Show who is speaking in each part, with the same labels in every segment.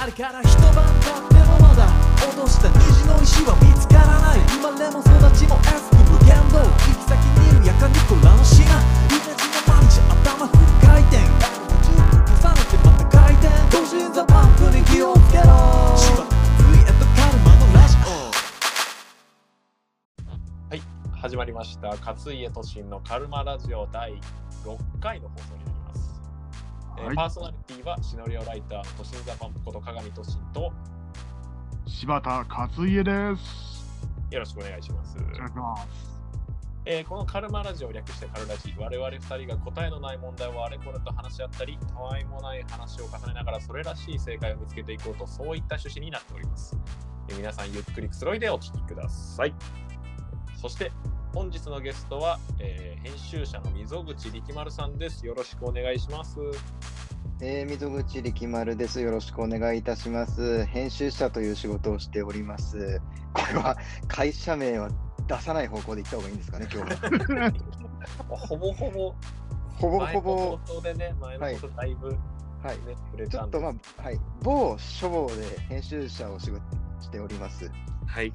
Speaker 1: あれから一晩経ってもまだ落とした虹の石は見つからない生まれも育ちも S に無限道行き先にいるやかにこらの品イメージの毎日頭フル回転10分重ねてまた回転同心ザパンプに気をつけろしばフリーエットカルマのラジオ
Speaker 2: 始まりました勝家都心のカルマラジオ第6回の放送になります、えー
Speaker 3: はい
Speaker 2: パーソナリティはシナリオライター都心ザパンプこと鏡都心と
Speaker 3: 柴田勝家です。
Speaker 2: よろしくお願いします、
Speaker 3: お願いします。
Speaker 2: えーこのカルマラジオ略してカルラジ我々2人が答えのない問題をあれこれと話し合ったりたわいもない話を重ねながらそれらしい正解を見つけていこうとそういった趣旨になっております、えー皆さんゆっくりくつろいでお聞きくださいそして本日のゲストは、えー編集者の溝口力丸さんですよろしくお願いします
Speaker 4: えー、溝口力丸です。よろしくお願いいたします。編集者という仕事をしております。これは会社名は出さない方向で行った方がいいんですかね、今日 は。
Speaker 2: ほぼほぼ
Speaker 4: ほぼ
Speaker 2: 前
Speaker 4: ほ
Speaker 2: の
Speaker 4: ぼ
Speaker 2: 放、送でね前のことだいぶね、
Speaker 4: はい。
Speaker 2: 触れ
Speaker 4: ち
Speaker 2: た
Speaker 4: ょ
Speaker 2: ん
Speaker 4: っ
Speaker 2: で
Speaker 4: とまあ、はい。某書房で編集者を仕事しております。
Speaker 2: はい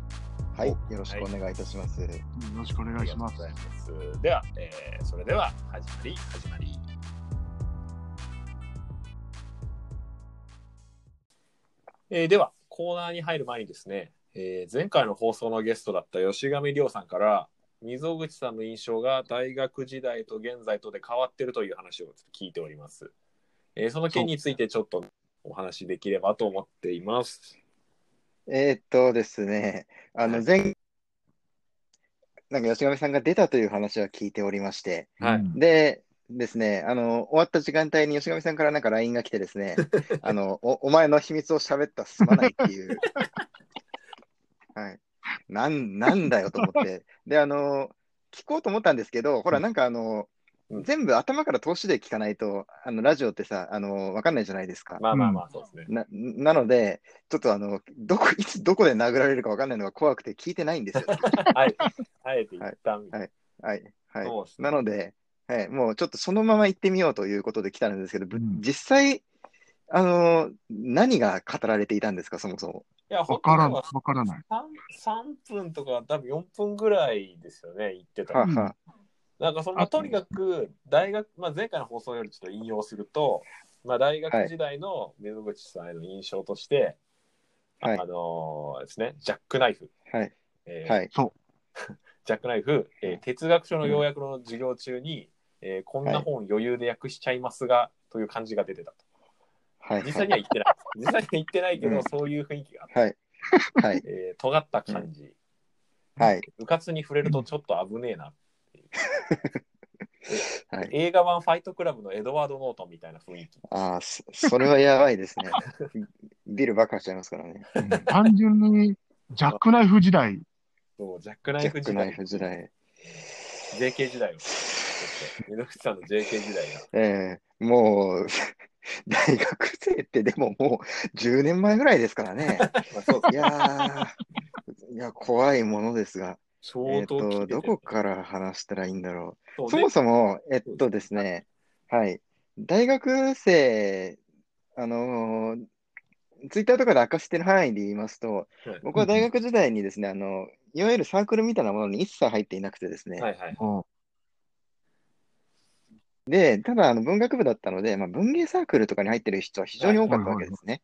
Speaker 4: はい。
Speaker 2: お
Speaker 4: よろしくお願いいたします。
Speaker 3: よろしくお願いします。
Speaker 2: ありがとうございますでは、えーそれでは始まり始まりえーではコーナーに入る前にですね、えー前回の放送のゲストだった吉上亮さんから溝口さんの印象が大学時代と現在とで変わってるという話を聞いております、えーその件についてちょっとお話しできればと思っています
Speaker 4: えー、っとですね、あの、前、なんか吉上さんが出たという話は聞いておりまして、
Speaker 2: はい
Speaker 3: うん
Speaker 4: で、ですね、あの、終わった時間帯に吉上さんからなんか LINE が来てで すね、あの、お、お前の秘密を喋ったらすまないっ ていう。はい。なん、なんだよと思って。で、あの、聞こうと思ったんですけど、ほら、なんかあの
Speaker 2: うん、
Speaker 4: 全部頭から通しで聞かないと、あの、ラジオってさ、あの、わかんないじゃないですか。
Speaker 2: まあまあまあそうですね、
Speaker 4: な、なので、ちょっとあの、どこ、いつどこで殴られるかわかんないのが怖くて聞いてないんです よ。
Speaker 2: はいあえて一旦、
Speaker 4: はいはい、はい。
Speaker 2: そうですね
Speaker 4: なので、はい、もうちょっとそのまま行ってみようということで来たんですけど、ぶ
Speaker 3: うん
Speaker 4: 実際、あのー何が語られていたんですか、そもそも。
Speaker 2: いや
Speaker 3: わからん、
Speaker 2: 本当は
Speaker 3: わからない。
Speaker 2: 3, 3分とか多分4分ぐらいですよね、言ってた
Speaker 4: はあ
Speaker 2: ら。
Speaker 3: ん
Speaker 4: は
Speaker 2: なんかその
Speaker 4: あ
Speaker 2: とにかく大学、まあ、前回の放送よりちょっと引用すると、まあ、大学時代の溝口さんへの印象として、
Speaker 4: はい
Speaker 2: あのーですね、ジャックナイフ、
Speaker 4: あはい、
Speaker 2: えー
Speaker 4: はい、
Speaker 2: ジャックナイフ、えー哲学書の要約の授業中に、えーこんな本余裕で訳しちゃいますが、という感じが出てたと。
Speaker 4: はい、
Speaker 2: 実際には言ってない。実際には言ってないけど、
Speaker 4: うん
Speaker 2: そういう雰囲気があって、
Speaker 4: はい、はい、
Speaker 2: えー尖った感じ。
Speaker 4: はい、
Speaker 2: うかつに触れるとちょっと危ねえな
Speaker 4: はい。
Speaker 2: 映画版ファイトクラブのエドワード・ノートンみたいな雰囲気。
Speaker 4: ああ、そそれはやばいですね。 ビル爆破しちゃいますからね。
Speaker 3: うん単純に、ジャックナイフ時代、
Speaker 2: そうジャックナ
Speaker 4: ジ
Speaker 2: イ
Speaker 4: ャ
Speaker 2: フ
Speaker 4: ック
Speaker 2: 時
Speaker 4: ナイ
Speaker 2: 代、
Speaker 4: フ時代。
Speaker 2: JK 時代を。溝口さんの JK 時代が。
Speaker 4: ええもう、 大学生ってでももう10年前ぐらいですからね。
Speaker 2: まあ、そう
Speaker 4: いやー、いや、怖いものですが。え
Speaker 2: 相
Speaker 4: っ
Speaker 2: 当
Speaker 4: と、
Speaker 2: 聞いて
Speaker 4: ど
Speaker 2: て
Speaker 4: こから話したらいいんだろ。
Speaker 2: そうう
Speaker 4: そ
Speaker 2: ね
Speaker 4: もそも、えっとですね、はい。大学生、あのーツイッターとかで明かしてる範囲で言いますと
Speaker 2: はい、
Speaker 4: 僕は大学時代にですね、あの、いわゆるサークルみたいなものに一切入っていなくてですね、
Speaker 2: はいはい。
Speaker 3: お
Speaker 4: で、ただ、あの、文学部だったので、まあ、文芸サークルとかに入ってる人は非常に多かったわけですね。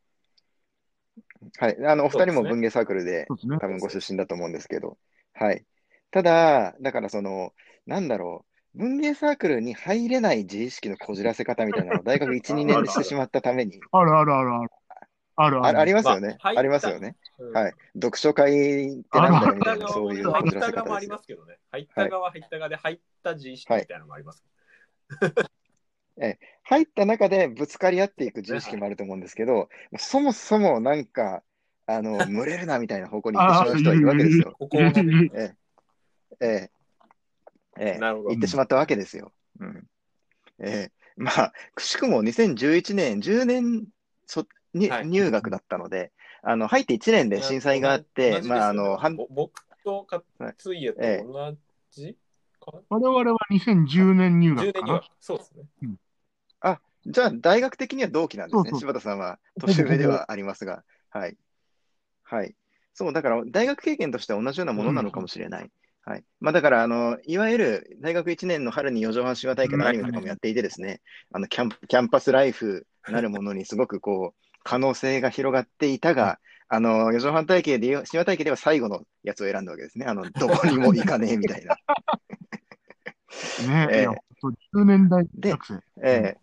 Speaker 4: はい。あの、お二人も文芸サークルで、
Speaker 3: そう ですね。
Speaker 4: 多分ご出身だと思うんですけど。はい。ただ、だからその、なんだろう、文芸サークルに入れない自意識のこじらせ方みたいな のを大学1、2年でしてしまったために、
Speaker 3: あるあるあるある。ある
Speaker 4: あ
Speaker 3: ある。
Speaker 4: ありますよね。
Speaker 2: まあ入った
Speaker 4: ありますよね。
Speaker 2: うん
Speaker 4: はい。読書会ってなんだよみたいな、
Speaker 2: 側
Speaker 4: そう
Speaker 2: も
Speaker 4: い
Speaker 2: ね
Speaker 4: う
Speaker 2: 入
Speaker 4: こじ
Speaker 2: っ
Speaker 4: らせ
Speaker 2: た側も
Speaker 4: 方
Speaker 2: あ
Speaker 4: で
Speaker 2: り
Speaker 4: す
Speaker 2: ま。すけどね。入った側、入った側で入った自意識みたいなのもあります。
Speaker 4: 入った中でぶつかり合っていく自意識もあると思うんですけど、そもそもなんか、あの、群れるなみたいな方向に行ってしまう人はいるわけですよ。
Speaker 2: ここをね
Speaker 3: いる
Speaker 4: ええ、ええ、ええ。
Speaker 2: なるほど
Speaker 4: 行っ。てしまったわけですよ。うん。ええまあ、くしくも2011年、10年そに、
Speaker 2: はい
Speaker 4: 入学だったので、あの、入って1年で震災があって、まあ、あの、はん、
Speaker 2: ぼ僕とかついえと
Speaker 4: ええ
Speaker 2: 同じかな
Speaker 3: 我々は2010年入
Speaker 2: ?10
Speaker 3: 学
Speaker 2: 年
Speaker 3: か
Speaker 2: には
Speaker 3: な。。
Speaker 2: そうですね。
Speaker 4: じゃあ、大学的には同期なんです
Speaker 3: そう
Speaker 4: ね。
Speaker 3: そう
Speaker 4: 柴田さんは年上ではありますが。はい。はい。そう、だから、大学経験としては同じようなものなのかもしれない。はい。まあ、だから、あの、いわゆる大学1年の春に四畳半神話大会のアニメとかもやっていてですね、あの、キャンプキャンパスライフなるものにすごくこう、可能性が広がっていたが、あの、四畳半体系で言う、神話体系では最後のやつを選んだわけですね。あの、どこにも行かねえ みたいな。
Speaker 3: ね
Speaker 4: ええ
Speaker 3: いや、ほんと10年代
Speaker 4: で
Speaker 3: 学生。
Speaker 4: ええ。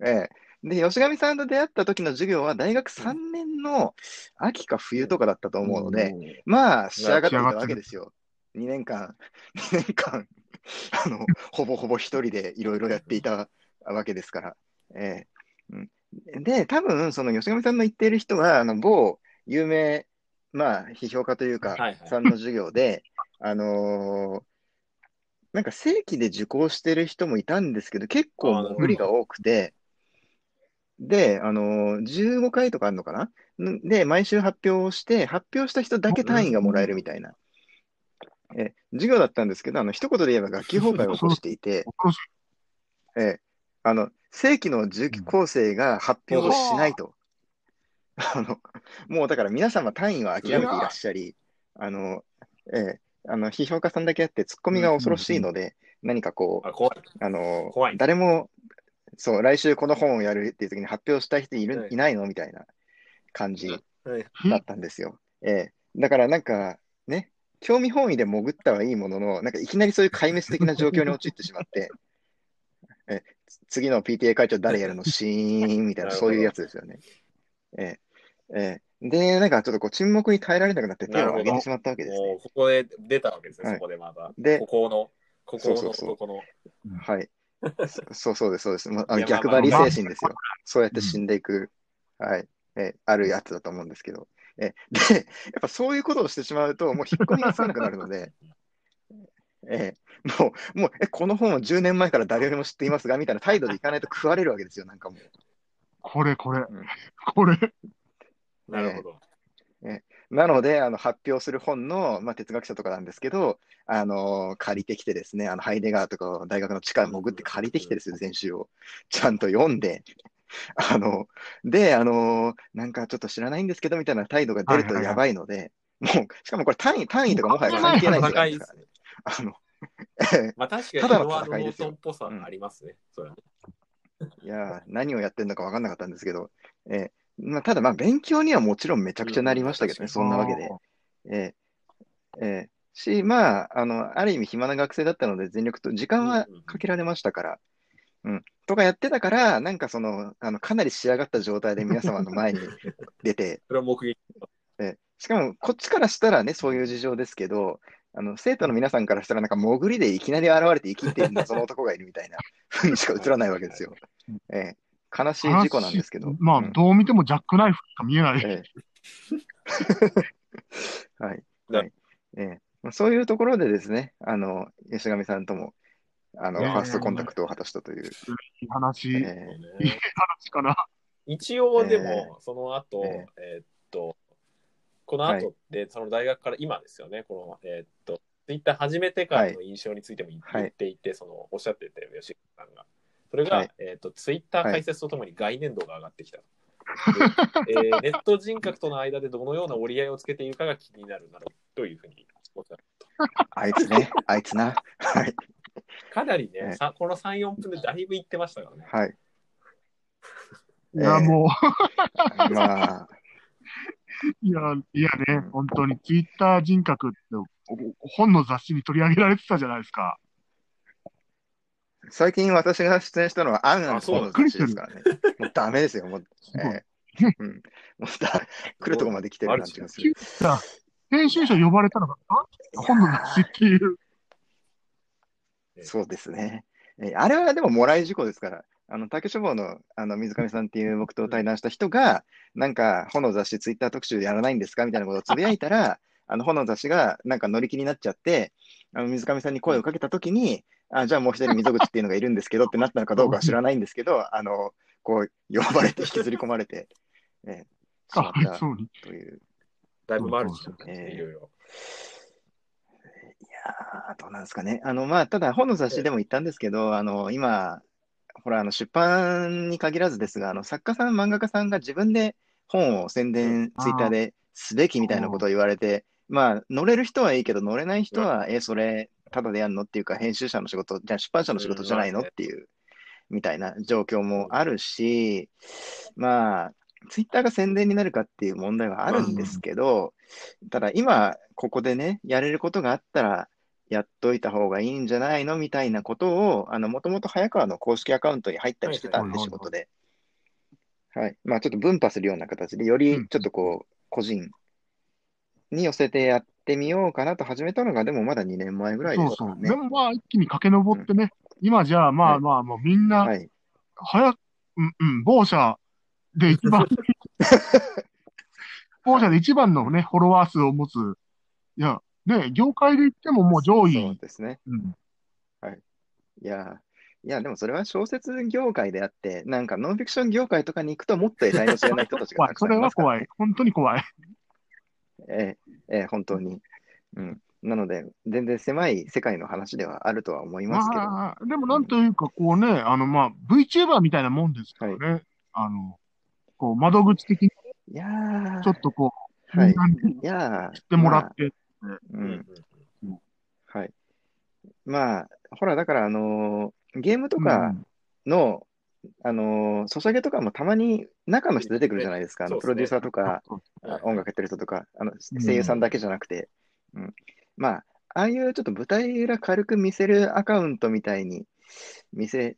Speaker 4: ええ。で、吉上さんと出会った時の授業は大学3年の秋か冬とかだったと思うので、
Speaker 2: で、
Speaker 4: まあ、仕上がっていた
Speaker 3: 仕上が
Speaker 4: わ
Speaker 3: って
Speaker 4: け
Speaker 3: る
Speaker 4: ですよ。2年間、2年間、 あの、ほぼほぼ一人でいろいろやっていたわけですから。ええ。うんで、多分、その吉上さんの言っている人は、あの、某有名、まあ、批評家というか
Speaker 2: はいはい、
Speaker 4: さんの授業で、 あのーなんか正規で受講してる人もいたんですけど、結構もう無理が多くて、で、あのー、15回とかあるのかなんで、毎週発表をして、発表した人だけ単位がもらえるみたいな。え、授業だったんですけど、あの、一言で言えば学級崩壊を起こしていて、
Speaker 3: 恐ろしい
Speaker 4: ええ、あの、正規の受講生が発表をしないと。あの、もうだから皆様単位は諦めていらっしゃり、あの、ええ、あの、批評家さんだけあって、ツッコミが恐ろしいので、何かこう、
Speaker 2: あ、怖い。
Speaker 4: あの、
Speaker 2: 怖い
Speaker 4: 誰も、そう、来週この本をやるっていう時に発表した人いる、
Speaker 5: はい
Speaker 4: いないのみたいな感じ
Speaker 5: はい
Speaker 4: だったんですよ。ええ、だからなんか、ね、興味本位で潜ったはいいものの、なんかいきなりそういう壊滅的な状況に陥ってしまって、 えつ次の PTA 会長誰やるのシーンみたいな、
Speaker 2: なるほど
Speaker 4: そういうやつですよね。ええ、ええ、で、なんかちょっとこう沈黙に耐えられなくなって手を挙げてしまったわけですね。
Speaker 2: もう、ここで出たわけですね、
Speaker 4: はい
Speaker 2: そこでまた。
Speaker 4: で
Speaker 2: ここの、ここの、
Speaker 4: そうそうそう
Speaker 2: ここの。
Speaker 4: はい。そそうそうです、そうです。まあ、あ
Speaker 2: い
Speaker 4: の
Speaker 2: や
Speaker 4: 逆
Speaker 2: まあ
Speaker 4: 張り
Speaker 3: まあ
Speaker 4: 精神ですよ。そうやって死んでいく、はい、え、あるやつだと思うんですけど。え、で、 やっぱそういうことをしてしまうと、もう引っ込みがつかなくなるので、 え、もう、もう、え、この本は10年前から誰よりも知っていますが、みたいな態度でいかないと食われるわけですよ、なんかもう。
Speaker 3: これ、これ
Speaker 4: ん、
Speaker 3: これ。
Speaker 2: なるほど。
Speaker 4: なので、あの発表する本の、まあ、哲学者とかなんですけど、あの借りてきてですね、あのハイデガーとかを大学の地下に潜って借りてきてですね、全集をちゃんと読んで、あの、で、あの、なんかちょっと知らないんですけどみたいな態度が出ると
Speaker 3: はいはいはい
Speaker 4: やばいので、もう、しかもこれ単位、単位とかもはや関係ない世界ですからね。あの、え
Speaker 2: まあ確かに、
Speaker 4: ただの
Speaker 2: ノアの
Speaker 4: 戦いですよ
Speaker 2: ノートンっぽさありますね。それはね
Speaker 4: えいやー、何をやってるのか分かんなかったんですけど、ええまあ、ただ、まあ、勉強にはもちろんめちゃくちゃなりましたけど
Speaker 2: う
Speaker 4: ね、
Speaker 2: ん
Speaker 4: そんなわけで。ええええし、まあ、あの、ある意味暇な学生だったので、全力と、時間は
Speaker 2: うんうんうん
Speaker 4: かけられましたから、うん、とかやってたから、なんかその、あの、かなり仕上がった状態で皆様の前に出て、
Speaker 2: それは目撃。
Speaker 4: ええしかも、こっちからしたらね、そういう事情ですけど、あの、生徒の皆さんからしたら、なんか潜りでいきなり現れて生きている謎の男がいるみたいなふうにしか映らないわけですよ。ええ悲しい事故なんですけど。
Speaker 3: まあ、
Speaker 4: うん
Speaker 3: どう見てもジャックナイフしか見えない。
Speaker 4: ええはい。
Speaker 2: な
Speaker 4: はい。ええまあそういうところでですね、あの、吉上さんとも、あの、
Speaker 3: いや
Speaker 4: フ
Speaker 3: いやいや
Speaker 4: ァーストコンタクトを果たしたという。
Speaker 3: いい話、いい
Speaker 4: ええ
Speaker 2: ね
Speaker 3: 話かな。
Speaker 2: 一応で
Speaker 4: ええ
Speaker 2: も、その後、
Speaker 4: え
Speaker 2: えーっと、この後で、その大学から今ですよね、この、えーっと、ツイッター始めてからの印象についても言
Speaker 4: はい
Speaker 2: 言っていて、その、おっしゃってて、吉川さんが。それが、
Speaker 4: はい
Speaker 2: えーっと、ツイッター解説とともに概念度が上がって きた。でえーネット人格との間でどのような折り合いをつけているかが気になるなどというふうにおっしゃる
Speaker 4: あいつね、あいつな。はい。
Speaker 2: かなりね、
Speaker 4: ええ
Speaker 2: さこの3、4分でだいぶいってましたからね。
Speaker 4: はい。
Speaker 3: い
Speaker 4: え
Speaker 3: や、もう、
Speaker 4: まあ、
Speaker 3: いや、いやね、本当に、ツイッター人格って、本の雑誌に取り上げられてたじゃないですか。
Speaker 4: 最近私が出演したのは、アンアン
Speaker 2: あそう
Speaker 4: の方の雑誌ですからね。もうダメですよ、もう。
Speaker 3: ごい
Speaker 4: ええうん、もうだ来るとこまで来てるなんて気がする。
Speaker 3: 編集者呼ばれたのが、あ本の雑誌っていう。
Speaker 4: そうですね。えあれはでももらい事故ですから、あの竹書房のあの水上さんっていう僕と対談した人が、なんか、本の雑誌、ツイッター特集やらないんですかみたいなことをつぶやいたら、あの本の雑誌がなんか乗り気になっちゃって、あの水上さんに声をかけたときに、あじゃあもう一人、溝口っていうのがいるんですけどってなったのかどうかは知らないんですけど、あのこう呼ばれて引きずり込まれて、えしま
Speaker 3: あ
Speaker 4: っ、た
Speaker 3: そうに。
Speaker 4: という。
Speaker 2: だいぶマルチだったんです
Speaker 4: え
Speaker 2: ね
Speaker 4: え
Speaker 2: いろいろ。
Speaker 4: いやーどうなんですかね。あの、まあ、ただ、本の雑誌でも言ったんですけど、あの、今、ほら、あの、出版に限らずですが、あの、作家さん、漫画家さんが自分で本を宣伝、
Speaker 3: あー
Speaker 4: ツイッターですべきみたいなことを言われて、まあ、乗れる人はいいけど、乗れない人は、え、それ、ただでやんのっていうか、編集者の仕事、じゃあ出版社の仕事じゃないの
Speaker 2: うん
Speaker 4: っていう、みたいな状況もあるし、まあ、ツイッターが宣伝になるかっていう問題はあるんですけど、ただ今、ここでね、やれることがあったら、やっといた方がいいんじゃないのみたいなことを、あの、もともと早川の公式アカウントに入ったりしてたん
Speaker 3: は
Speaker 4: で、
Speaker 3: いはい
Speaker 4: 仕事で。はい。まあ、ちょっと分派するような形で、よ
Speaker 3: う
Speaker 4: り
Speaker 3: ん
Speaker 4: ちょっとこう、個人に寄せてやってみようかなと始めたのが、でもまだ2年前ぐらいで
Speaker 3: そう
Speaker 4: すか
Speaker 3: そ
Speaker 4: ら
Speaker 3: う。
Speaker 4: ね
Speaker 3: で。もまあ、一気に駆け上ってね、今じゃあま
Speaker 4: は
Speaker 3: あ
Speaker 4: い
Speaker 3: まあ、もうみんな、
Speaker 4: はい。
Speaker 3: 早く、うん、うん、某社で一 番、某社で一番のね、フォロワー数を持つ、いや、ね、業界で言ってももう上
Speaker 4: そう
Speaker 3: 位、
Speaker 4: ですね。
Speaker 3: うん、
Speaker 4: いやー、いや、でもそれは小説業界であって、なんかノンフィクション業界とかに行くともっと得体の知れない人たちが
Speaker 3: 怖
Speaker 4: た
Speaker 3: い。
Speaker 4: く
Speaker 3: そ
Speaker 4: さんい
Speaker 3: れ
Speaker 4: ま
Speaker 3: は
Speaker 4: すから
Speaker 3: 怖い。本当に怖い。
Speaker 4: ええ、ええ、本当に。うん。なので、全然狭い世界の話ではあるとは思いますけど、
Speaker 3: まあ、でもなんというか、こうね、あの、まあ、VTuber みたいなもんですからね、あの、こう、窓口的に
Speaker 4: いやー、
Speaker 3: ちょっとこう、
Speaker 4: はい
Speaker 3: みんなに知っ
Speaker 4: いやー、
Speaker 3: てもら
Speaker 4: まあ
Speaker 3: って、
Speaker 4: う
Speaker 2: うん
Speaker 4: ん、はい。まあ、ほら、だから、あのーゲームと
Speaker 3: う
Speaker 4: か
Speaker 3: ん
Speaker 4: の、あのーソシャゲとかもたまに中の人出てくるじゃないですか、あの
Speaker 2: そうですね
Speaker 4: プロデューサーとか、
Speaker 3: そう
Speaker 2: うん
Speaker 4: あ音楽やってる人とか、あの
Speaker 3: ん
Speaker 4: 声優さんだけじゃなくて、うん、まあ、ああいうちょっと舞台裏軽く見せるアカウントみたいに見せ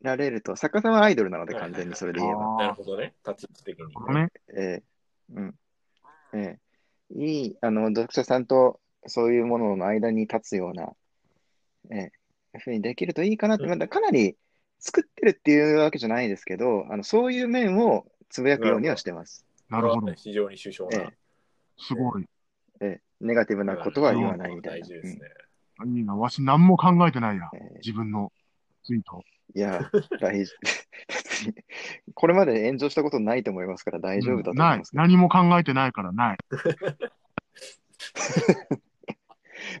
Speaker 4: られると、作家さんはアイドルなので、完全にそれで言えば。
Speaker 2: なる
Speaker 3: あ
Speaker 2: ほどね、立ち位置的に。
Speaker 3: あ、ね、
Speaker 4: ええうんええいいあの読者さんとそういうものの間に立つような、ええ、ふうにできるといいかなって、
Speaker 2: うん
Speaker 4: まだかなり作ってるっていうわけじゃないですけど、あのそういう面をつぶやくようにはしてます。
Speaker 3: なるほど。
Speaker 2: 非常に首相
Speaker 4: え
Speaker 2: な
Speaker 4: え。
Speaker 3: すごい。
Speaker 4: ええ、ネガティブなことは言わないみた
Speaker 2: 大
Speaker 4: いな。
Speaker 2: 事ですね。
Speaker 3: いいな、わし何も考えてないや。
Speaker 4: うんええ
Speaker 3: 自分のツイート。
Speaker 4: いや、大事。 別にこれまで炎上したことないと思いますから大丈夫だと思い
Speaker 3: な
Speaker 4: ま
Speaker 3: い
Speaker 4: す。けど
Speaker 3: 何も考えてないからない。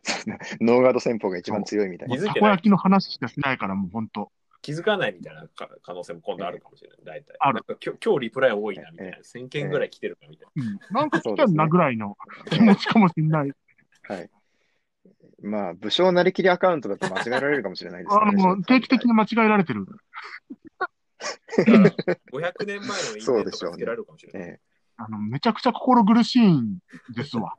Speaker 4: そんな ノーガード戦法が一番強いみたい
Speaker 3: も
Speaker 4: な。
Speaker 2: 気づいてない
Speaker 3: うたこ焼きの話しかしないから、もう本当。
Speaker 2: 気づかないみたいなか可能性も今度あるかもしれない、大体。
Speaker 3: ある
Speaker 2: なんか今日今日リプライ多いなみたいな、1000件ぐらい来てるかみたい
Speaker 3: うん、なんか
Speaker 4: そう
Speaker 3: 来
Speaker 4: で
Speaker 3: た
Speaker 4: す
Speaker 3: ん
Speaker 4: ね
Speaker 3: なぐらいの気持ちかもしれ ない。
Speaker 4: はい。まあ、武将なりきりアカウントだと間違えられるかもしれないです
Speaker 3: あの、もう定期的に間違えられてる。
Speaker 2: な。だから500年前の因
Speaker 4: そう
Speaker 2: 縁
Speaker 4: で
Speaker 2: と
Speaker 4: しょう
Speaker 2: か
Speaker 4: ね
Speaker 2: つけられるかもしれない。
Speaker 4: え
Speaker 3: あの、めちゃくちゃ心苦しいんですわ。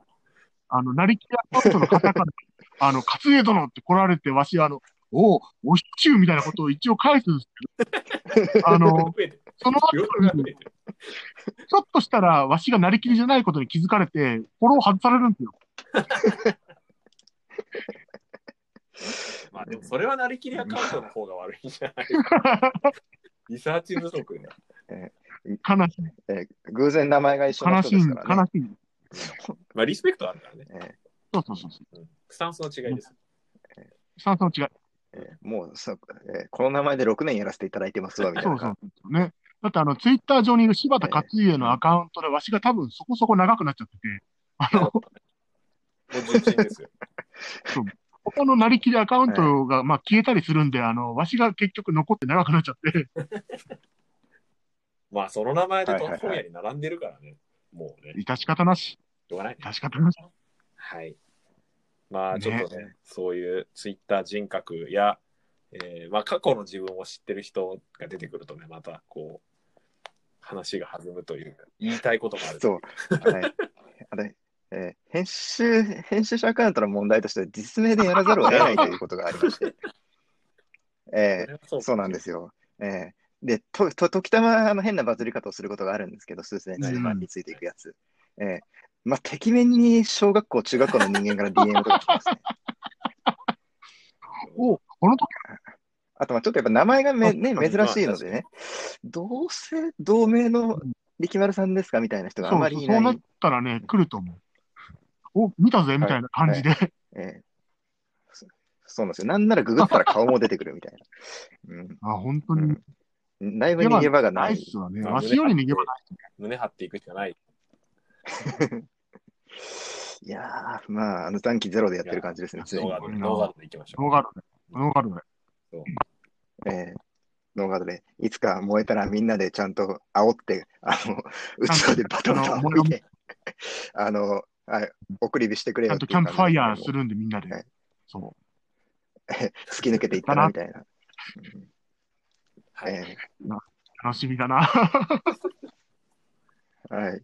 Speaker 3: あの、なりきりアカウントの方から、 あの、勝家殿って来られて、わし、あの、おう、おしっちゅうみたいなことを一応返すんですけど、 あの、
Speaker 2: 増えてる
Speaker 3: その
Speaker 2: いろ
Speaker 3: 後
Speaker 2: いろ増え
Speaker 3: に
Speaker 2: て、る
Speaker 3: ちょっとしたら、わしがなりきりじゃないことに気づかれて、フォロー外されるんですよ。
Speaker 2: まあでもそれはなりきりアカウントの方が悪いんじゃない リサーチ不足ね。
Speaker 3: 悲しい、
Speaker 4: えええ偶然名前が一緒の
Speaker 3: 悲
Speaker 4: 人
Speaker 3: しい、
Speaker 4: ですから
Speaker 3: 悲
Speaker 4: ね。
Speaker 3: しい。
Speaker 2: まあリスペクトあるからね。
Speaker 4: え
Speaker 3: そうそうそうそう。
Speaker 2: うんスタンスの違い です。
Speaker 3: スタンスの違い。
Speaker 4: えええもうそう、ええこの名前で6年やらせていただいてますわ、みたい
Speaker 3: そ
Speaker 4: な
Speaker 3: うそうそう。ね。だってあの、ツイッター上にいる柴田勝家のアカウントで、わしが多分そこそこ長くなっちゃってて、あの、
Speaker 2: もう重鎮ですよ。
Speaker 3: 他のなりきりアカウントが、まあ消えたりするんで、あの、わしが結局残って長くなっちゃって、
Speaker 2: まあその名前で
Speaker 4: はい
Speaker 2: ト
Speaker 4: はいは
Speaker 2: ッ
Speaker 4: い
Speaker 2: プ屋に並んでるからね。もうね。
Speaker 3: 致し方なし、
Speaker 2: しょうがないね。
Speaker 3: 致し方なし。
Speaker 2: はい。まあ
Speaker 3: ね
Speaker 2: ちょっとね、そういうツイッター人格や、えーまあ、過去の自分を知ってる人が出てくるとね、またこう、話が弾むというか、言いたいことがある。
Speaker 4: そう。はい。あれ、ええ編集、編集者アカウントの問題として、実名でやらざるを得ないということがありまして。ええ
Speaker 2: それはそう
Speaker 4: そうなんですよ。ええで、と、と、時たま、あの、変なバズり方をすることがあるんですけど、数千
Speaker 3: は
Speaker 4: 数
Speaker 3: い
Speaker 4: 万についていくやつ。ええまあ、てきめんに小学校、中学校の 人間から DM とか来ますね。
Speaker 3: おこの時
Speaker 4: あと、まあ、ちょっとやっぱ名前がめ、ね、
Speaker 3: 確かに
Speaker 4: 珍しいのでね、どうせ同名の力丸さんですかみたいな人があ
Speaker 3: そ
Speaker 4: ま
Speaker 3: う
Speaker 4: り
Speaker 3: そう、
Speaker 4: い
Speaker 3: そうな
Speaker 4: な
Speaker 3: いっ。たらね、来ると思う。お、見たぜ、みたいな感じで。
Speaker 4: ええそそうなんですよ。なんならググったら顔も出てくるみたいな。
Speaker 3: あ、本当
Speaker 4: うん
Speaker 3: に。。
Speaker 4: うん。だいぶ逃げ場がな
Speaker 3: ナイ
Speaker 4: い。
Speaker 3: スはね。
Speaker 2: うん
Speaker 3: わしより逃げ場ない。
Speaker 2: 胸張っていくしかない。
Speaker 4: いやー、まあ、あの、残機ゼロでやってる感じですね、常
Speaker 2: ノー
Speaker 4: に
Speaker 2: ガ。ードで、ノーガードでいきましょ
Speaker 3: ノーガードで。ノーガードで。
Speaker 4: ええノーガードで、いつか燃えたらみんなでちゃんと煽って、あの、器でバトンを置いて、 あの、はい、送り火してくれ
Speaker 3: ち
Speaker 4: よ
Speaker 3: ゃ
Speaker 4: っ
Speaker 3: んと
Speaker 4: てい
Speaker 3: キ
Speaker 4: う
Speaker 3: ャン
Speaker 4: 感
Speaker 3: プ
Speaker 4: じ
Speaker 3: ファイヤーするんで、みんなで
Speaker 4: はい。
Speaker 3: そ
Speaker 4: 突き抜けていったなみたいな。うん
Speaker 2: はい
Speaker 4: え
Speaker 3: う。楽しみだな。
Speaker 4: えはい。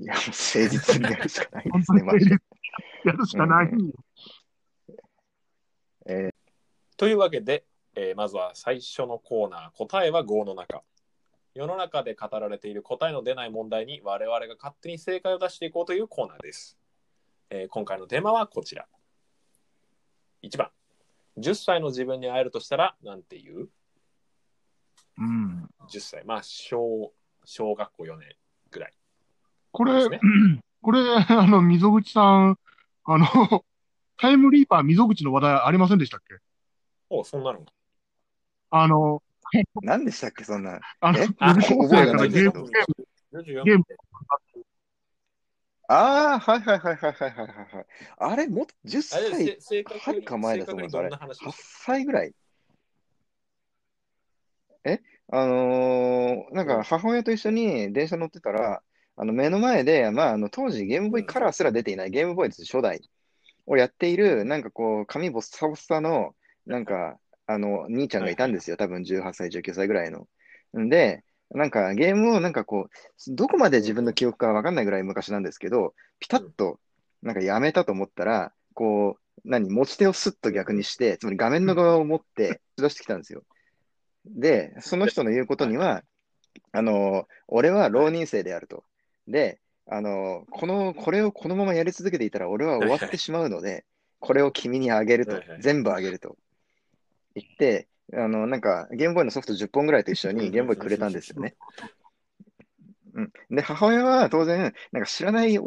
Speaker 4: いや、もう誠実にやるしかないで
Speaker 3: 本
Speaker 4: す
Speaker 3: 当
Speaker 4: ね、
Speaker 3: に
Speaker 4: マ
Speaker 3: 成
Speaker 4: ジで
Speaker 3: 立。やるしかない。
Speaker 2: というわけで、えーまずは最初のコーナー、答えは5の中。世の中で語られている答えの出ない問題に我々が勝手に正解を出していこうというコーナーです。えー今回のテーマはこちら。1番、10歳の自分に会えるとしたら、なんて言う
Speaker 3: うん。
Speaker 2: ?10 歳、まあ、小、小学校4年ぐらい
Speaker 3: こ
Speaker 2: で
Speaker 3: れ
Speaker 2: す、ね。
Speaker 3: これ、あの、溝口さん、あの、タイムリーパー溝口の話題ありませんでしたっけ
Speaker 2: おそんなの。
Speaker 3: あの、
Speaker 4: 何でしたっけ、そんな。
Speaker 3: あ の、
Speaker 4: え
Speaker 2: あ
Speaker 3: 60歳から
Speaker 4: 覚えてない
Speaker 3: ゲ
Speaker 4: で
Speaker 3: ー
Speaker 4: すけ
Speaker 3: ム
Speaker 4: ど
Speaker 3: ゲーム
Speaker 2: 44
Speaker 3: ゲーム
Speaker 4: ああ、はいはいはいはいはいはいはい。あれ、もっと10
Speaker 2: あれ
Speaker 4: 歳、
Speaker 2: せ正確に
Speaker 4: はるか前だと思うん
Speaker 2: 正
Speaker 4: ですあ
Speaker 2: 確
Speaker 4: れ
Speaker 2: にどんな話
Speaker 4: 8歳ぐらい。えあのーなんか母親と一緒に電車乗ってたら、あの目の前で、まあ、あの当時ゲームボーイカラーすら出ていない、ゲームボーイズ初代をやっている、なんかこう、髪ボッサボサの、なんか、あの、兄ちゃんがいたんですよ。多分18歳、19歳ぐらいの。んで、なんかゲームをなんかこう、どこまで自分の記憶かわかんないぐらい昔なんですけど、ピタッとなんかやめたと思ったら、こう、何、持ち手をスッと逆にして、つまり画面の側を持って出してきたんですよ。で、その人の言うことには、あの、俺は浪人生であると。で、あの、この、これをこのままやり続けていたら俺は終わってしまうので、これを君にあげると
Speaker 2: はいは。い
Speaker 4: 全部あげると。言って、あの、なんか、ゲームボーイのソフト10本ぐらいと一緒にゲームボーイくれたんですよね。うん。で、母親は当然、なんか知らないお、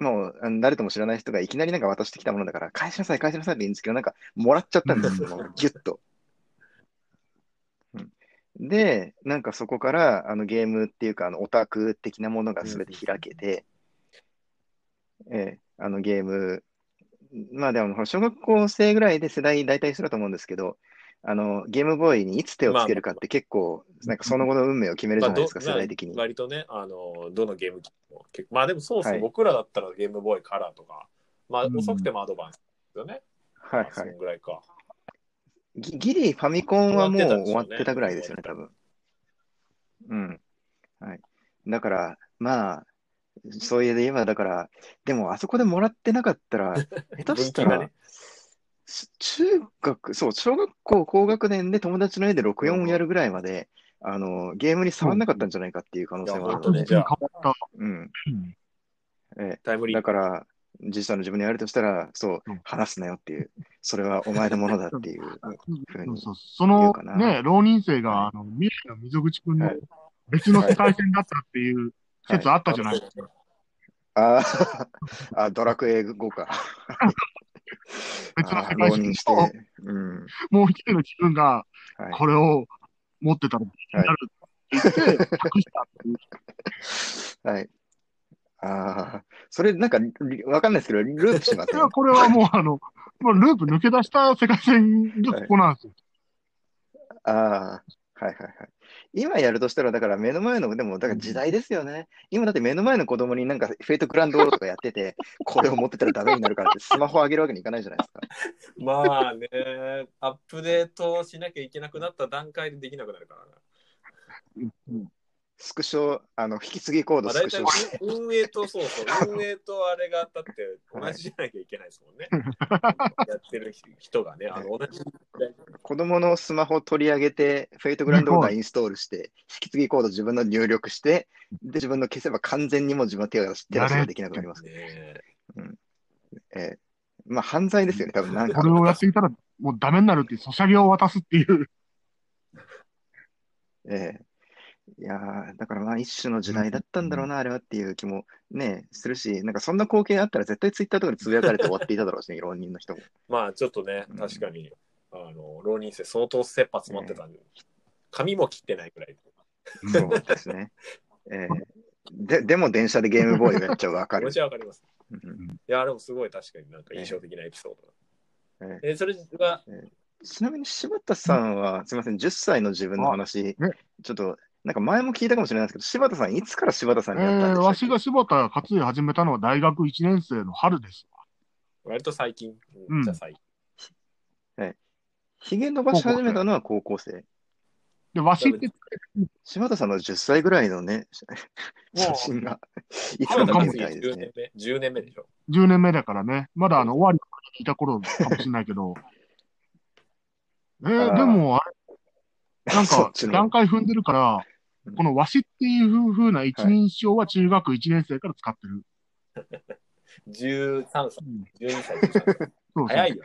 Speaker 4: もう、あの誰とも知らない人がいきなりなんか渡してきたものだから、返しなさい、返しなさいって言うんですけど、なんか、もらっちゃったんですよ、もうギュッと。うんで、なんかそこから、あの、ゲームっていうか、あの、オタク的なものが全て開けて、ええ、あの、ゲーム、まあでも、小学校生ぐらいで世代大体一緒だと思うんですけど、あの、ゲームボーイにいつ手をつけるかって結構、なんかその後の運命を決めるじゃないですか、
Speaker 2: まあ
Speaker 4: 世
Speaker 2: ど
Speaker 4: 代的に。
Speaker 2: 割とね、あの、どのゲーム機も結構、まあでもそうそう、
Speaker 4: はい
Speaker 2: 僕らだったらゲームボーイカラーとか、まあ
Speaker 3: うん
Speaker 2: 遅くてもアドバンスですよね。ま
Speaker 4: はい
Speaker 2: あ
Speaker 4: は
Speaker 2: そ
Speaker 4: い。
Speaker 2: んぐらいか。
Speaker 4: ぎギリファミコンはもう
Speaker 2: 終わってたんです
Speaker 4: 終
Speaker 2: よ
Speaker 4: わ
Speaker 2: ね
Speaker 4: ってたぐらいですよね、多分。うん。はい。だから、まあ、そういえば今だから、でもあそこでもらってなかっ たら、下手した
Speaker 2: 分岐が
Speaker 4: ら
Speaker 2: ね、
Speaker 4: し中学、そう、小学校高学年で友達の家で64をやるぐらいまで、あの、ゲームに触んなかったんじゃないかっていう可能性もある
Speaker 2: 本当
Speaker 4: の
Speaker 2: に
Speaker 4: で
Speaker 2: じ、ゃあ
Speaker 3: 変わった。
Speaker 4: うん。
Speaker 3: うん
Speaker 4: え
Speaker 2: タイム
Speaker 4: え
Speaker 2: リー
Speaker 4: だ
Speaker 2: プ。
Speaker 4: から、実際の自分にやるとしたら、そう
Speaker 3: うん、
Speaker 4: 話すなよっていう、それはお前のものだって いう。
Speaker 3: そううんそうその
Speaker 4: 言うかな
Speaker 3: ね、浪人生
Speaker 4: は
Speaker 3: が、
Speaker 4: い
Speaker 3: あの、未来の溝口くんの
Speaker 4: はい
Speaker 3: 別の世界線だったっていう説あったじゃないですか。
Speaker 4: あーあ、ドラクエ5か。
Speaker 3: 別の世
Speaker 4: あー
Speaker 3: 界
Speaker 4: 浪人
Speaker 3: 線
Speaker 4: して
Speaker 3: と、、
Speaker 4: うん。は
Speaker 3: もう一人の自分が、
Speaker 4: い。
Speaker 3: これを持ってたら、な るって言って、隠したっていう。
Speaker 4: はい。ああ、それなんか、りわかんないですけど、ループしませ
Speaker 3: い
Speaker 4: ん
Speaker 3: や、これはもう、あの、もうループ抜け出した世界線がここなんですよ。
Speaker 4: ああ、はいはいはい。今やるとしたら、だから目の前の、でも、だから時代ですよね。今だって目の前の子供になんか、フェイトグランドオーロとかやって て、これを持ってたらダメになるからって、スマホあげるわけにいかないじゃないですか。
Speaker 2: まあね、アップデートしなきゃいけなくなった段階でできなくなるからな。
Speaker 4: スクショ、あの、引き継ぎコー
Speaker 2: ま
Speaker 4: ド
Speaker 2: あ
Speaker 4: ス
Speaker 2: 大
Speaker 4: クシ
Speaker 2: 体
Speaker 4: ョして、
Speaker 2: 運営とそうそう、運営とあれがだって同じじゃなきゃいけないですもん ね。やってる人がね、あの同じ。
Speaker 4: 子供のスマホを取り上げて、フェイトグランドオーダーインストールして、引き継ぎコード自分の入力して、で、自分の消せば完全にもう自分の手を手出しができなくなります。
Speaker 2: ね
Speaker 4: ええまあ、犯罪ですよね、多分なん
Speaker 3: こ
Speaker 4: か
Speaker 3: れ。をやっていたら、もうダメになるっていう、ソシャゲを渡すっていう。
Speaker 4: ええいやーだからまあ、一種の時代だったんだろうな、あれはっていう気もね、するし、なんかそんな光景あったら絶対ツイッターとかでつぶやかれて終わっていただろうし ね、浪人の人も。
Speaker 2: まあちょっとね
Speaker 4: うん、
Speaker 2: 確かに、あの浪人生相当切羽詰まってたんで、髪も切ってないくらい。
Speaker 4: そうですね。ええで、でも電車でゲームボーイがやっちゃわか
Speaker 2: 気持
Speaker 4: る。
Speaker 2: ちはわかります。
Speaker 4: うん
Speaker 2: いや、でもすごい確かになんか印象的なエピソードだ。えそれは
Speaker 4: えちなみに柴田さんは、すみません、10歳の自分の話、ちょっと、なんか前も聞いたかもしれないですけど、柴田さん、いつから柴田さん
Speaker 3: え
Speaker 4: になったんで
Speaker 3: ー、
Speaker 4: した
Speaker 3: わ
Speaker 4: っけ
Speaker 3: しが柴田勝家始めたのは大学1年生の春ですわ。
Speaker 2: 割と最近。
Speaker 3: うん
Speaker 2: じゃあ最近。
Speaker 4: ひげ伸ばし始めたのは高校生。
Speaker 3: で、わしって、
Speaker 4: 柴田さんの10歳ぐらい のね、
Speaker 2: もう
Speaker 4: 写真が、
Speaker 3: そ
Speaker 4: いつか
Speaker 3: う
Speaker 4: の
Speaker 3: かも
Speaker 4: みたいで
Speaker 2: 10
Speaker 4: すね。
Speaker 2: 年目。10年目でしょ。
Speaker 3: 10年目だからね、まだあの終わりから聞いた頃かもしれないけ ど、え
Speaker 4: あ
Speaker 3: ー、
Speaker 4: ー
Speaker 3: でもあれ、なん
Speaker 4: そっ
Speaker 3: か
Speaker 4: ちの
Speaker 3: 段階踏んでるから、このわしっていう風な一人称は中学1年生から使ってる。
Speaker 2: 13歳
Speaker 3: うん、
Speaker 2: 12歳、13歳。
Speaker 3: そうそう
Speaker 2: 早いよ。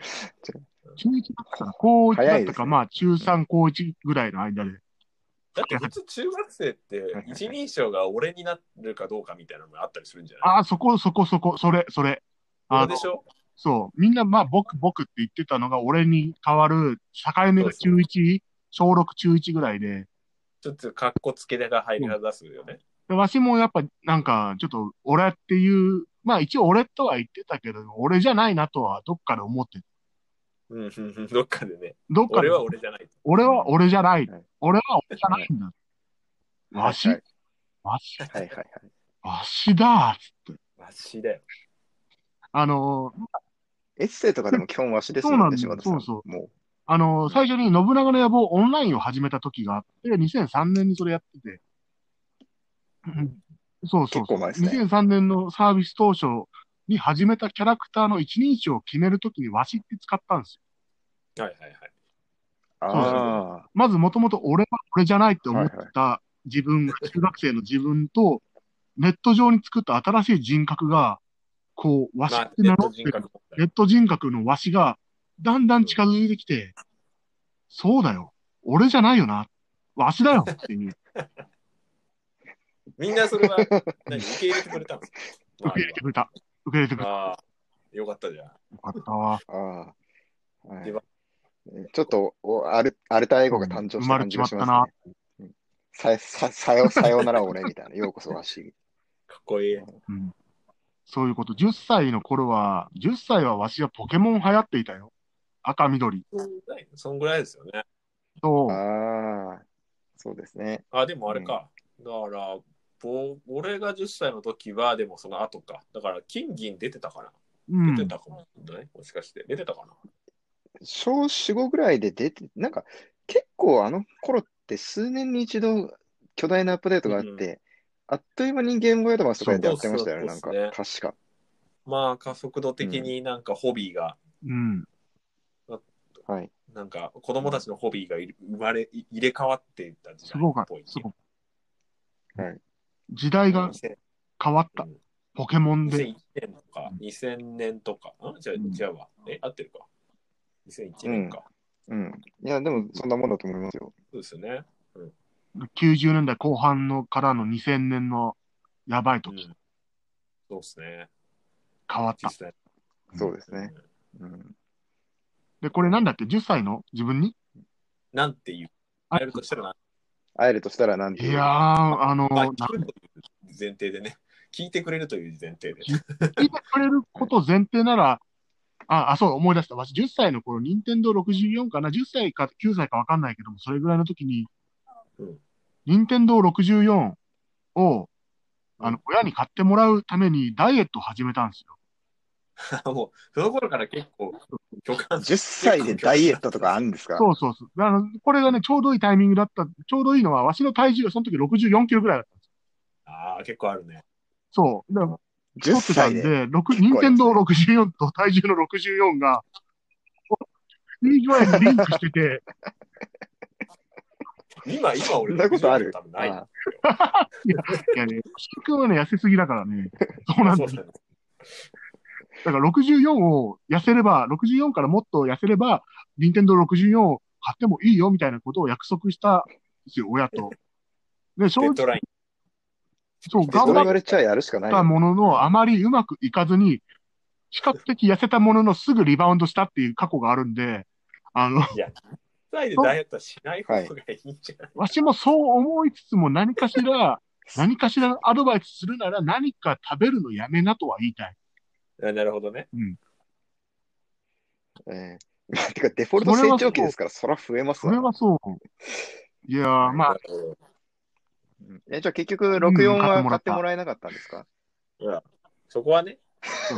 Speaker 3: 中1だったから、高1だ
Speaker 4: 早
Speaker 3: っ
Speaker 4: い
Speaker 3: た
Speaker 4: です
Speaker 3: か、
Speaker 4: ね
Speaker 3: まあ中3、高1ぐらいの間で。
Speaker 2: だって普通中学生って
Speaker 4: はいはい
Speaker 2: 一人称が俺になるかどうかみたいなのがあったりするんじゃない
Speaker 3: ああ、そこそこそこ、それ、それ。
Speaker 2: そ
Speaker 3: あ
Speaker 2: うでしょ
Speaker 3: そう。みんな、まあ、僕、僕って言ってたのが、俺に変わる、境目が中1、小6、中1ぐらいで。
Speaker 2: ちょっとカッコつけが入り出すよね。
Speaker 3: で、わしもやっぱ、なんか、ちょっと、俺っていう、まあ、一応俺とは言ってたけど、俺じゃないなとは、どっかで思ってる
Speaker 2: うん、うんうんどっかでね。
Speaker 3: どっか
Speaker 2: 俺、
Speaker 3: で
Speaker 2: は俺じゃない。
Speaker 3: 俺は俺じゃない
Speaker 4: はい。
Speaker 3: 俺は俺じゃないんだ。わし
Speaker 4: はい
Speaker 3: わし、
Speaker 4: はいはいはい。
Speaker 3: わしだ。
Speaker 2: わしだよ。
Speaker 3: あのー、
Speaker 4: エッセイとかでも基本わしです
Speaker 3: そうな
Speaker 4: もん
Speaker 3: んで
Speaker 4: ね、
Speaker 3: す
Speaker 4: 柴田さん。
Speaker 3: そうそ
Speaker 4: も
Speaker 3: あのー、最初に信長の野望オンラインを始めた時があって、2003年にそれやってて。うんそうそう
Speaker 4: 結構前ですね
Speaker 3: 2003年のサービス当初に始めたキャラクターの一人称を決めるときにわしって使ったんですよ。
Speaker 2: はいはいはい。
Speaker 4: う。
Speaker 3: そうそう
Speaker 4: ああ、
Speaker 3: まずもともと俺は俺じゃないって思ってた自分、中学生の自分と、ネット上に作った新しい人格が、こう、わし
Speaker 2: ま
Speaker 3: っ
Speaker 2: あ、
Speaker 3: て
Speaker 2: ネ
Speaker 3: 名
Speaker 2: ット
Speaker 3: 乗っ
Speaker 2: 人
Speaker 3: てる、
Speaker 2: 格問題
Speaker 3: ネット人格のわしが、だんだん近づいてきて、そうだよ。俺じゃないよな。わしだよっ ていう。
Speaker 2: みんなそれは、何受け入れてくれたんですか
Speaker 3: 受け入れてくれた。受け入れてくれた。
Speaker 2: ああ、よかったじゃん。
Speaker 3: よかったわ。
Speaker 4: ああ。はい
Speaker 2: では
Speaker 4: ちょっとおアル、アルタエゴが誕生した感じがしま
Speaker 3: 生
Speaker 4: す
Speaker 3: ま
Speaker 4: ね。うんさよ、ささよ、さよなら俺みたいな。ようこそわし。
Speaker 2: かっこいい。
Speaker 3: うん。そういうこと。10歳の頃は、10歳はわしはポケモン流行っていたよ。赤緑。
Speaker 2: そんぐらいですよね。
Speaker 3: と、
Speaker 4: ああ、そうですね。
Speaker 2: あ、でもあれか。だから、ぼ俺が10歳の時は、でもその後か。だから、金銀出てたか
Speaker 3: う
Speaker 2: な。
Speaker 3: ん
Speaker 2: 出て。たかもしれない、もしかして。出てたかな。
Speaker 4: 小4、5ぐらいで出て、なんか結構あの頃って数年に一度巨大なアップデートがあっ
Speaker 2: うん
Speaker 4: て、あっという間にゲームボーイアドバンスとかでやってましたよね、
Speaker 2: そ
Speaker 4: な
Speaker 2: うんそ
Speaker 4: か
Speaker 2: うそう
Speaker 4: 確か。
Speaker 2: まあ、加速度的になんかホビーが、
Speaker 3: うん。
Speaker 4: はい。
Speaker 2: なんか子供たちのホビーがい生まれ、い入れ替わっていった時
Speaker 3: す
Speaker 2: 代
Speaker 3: ごか
Speaker 2: っ
Speaker 3: った
Speaker 2: ぽい。。
Speaker 3: すごい
Speaker 4: はい
Speaker 3: 時代が変わった
Speaker 2: う。ん
Speaker 3: ポケモンで
Speaker 2: 2001。年とか、2000年とか。んじゃあ、
Speaker 3: うん
Speaker 2: じゃあわ。え、合ってるか。2001年か。
Speaker 4: うん。いや、でもそんなもんだと思いますよ。
Speaker 2: そうですよね。
Speaker 3: 90年代後半のからの2000年のやばいう時、
Speaker 2: ん。そうですね。
Speaker 3: 変わった
Speaker 2: 実。際。
Speaker 3: うん
Speaker 4: そうですね。うん。
Speaker 3: で、これなんだっけ ?10 歳の自分に
Speaker 2: なんていう。
Speaker 3: あ
Speaker 2: やるとしたらな、
Speaker 4: 会えるとしたらなんて
Speaker 3: い
Speaker 4: いう。
Speaker 3: やー、あの
Speaker 2: まあ、
Speaker 3: ー、
Speaker 2: 聞くという前提でね。聞いてくれるという前提で。
Speaker 3: 聞いてくれること前提なら、あ、あ、そう、思い出した。私、10歳の頃、任天堂64かな ?10 歳か9歳かわかんないけども、それぐらいの時に
Speaker 2: うん、
Speaker 3: 任天堂64を、あ
Speaker 2: う
Speaker 3: の、親に買ってもらうためにダイエットを始めたんですよ。
Speaker 2: もう、その頃から結構、巨漢
Speaker 4: 10歳でダイエットとかあるんですか
Speaker 3: そうそうそう。あの、これがね、ちょうどいいタイミングだった。ちょうどいいのは、わしの体重がその時64キロぐらいだったんです
Speaker 2: ああ、結構あるね。
Speaker 3: よ。そう。だから、
Speaker 4: ?10
Speaker 3: 太ってたん
Speaker 4: 歳
Speaker 3: で、
Speaker 4: で。
Speaker 3: 六任天堂64と体重の64が、いい具合にリンクしてて、
Speaker 2: 今、今
Speaker 4: そ
Speaker 2: 俺、
Speaker 4: んなことある
Speaker 2: 多分ない。
Speaker 4: あ
Speaker 3: いや、いやね、吉木君はね、痩せすぎだからね。そうなん
Speaker 2: そう
Speaker 3: です。
Speaker 2: だ
Speaker 3: だ
Speaker 2: ね
Speaker 3: から64を痩せれば、64からもっと痩せれば、任天堂64を買ってもいいよ、みたいなことを約束したんですよ、親と。で、正
Speaker 2: デッ
Speaker 3: 直、
Speaker 2: ドライン。
Speaker 3: そう、
Speaker 4: でそ
Speaker 3: 頑
Speaker 4: う言
Speaker 3: 張
Speaker 4: わ
Speaker 3: っ
Speaker 4: れちゃやるしかない
Speaker 3: た
Speaker 4: よ。
Speaker 3: ものの、あまりうまくいかずに、比較的痩せたもののすぐリバウンドしたっていう過去があるんで、あ の、
Speaker 2: 10歳でダイエットはしない方がいいんじゃない
Speaker 3: わしもそう思いつつも何かし ら、何かしらアドバイスするなら何か食べるのやめなとは言いたい。
Speaker 2: あなるほどね。
Speaker 4: ええ てか、デフォルト成長期ですから、そら増えます
Speaker 3: そ
Speaker 4: わ
Speaker 3: れはそう。いやー、まあ、
Speaker 4: うんえ、じゃあ結局、
Speaker 3: ん
Speaker 4: 64
Speaker 3: 買って
Speaker 4: は
Speaker 3: もらっ
Speaker 4: 買ったてもらえなかったんですか
Speaker 2: そこはね、
Speaker 3: そ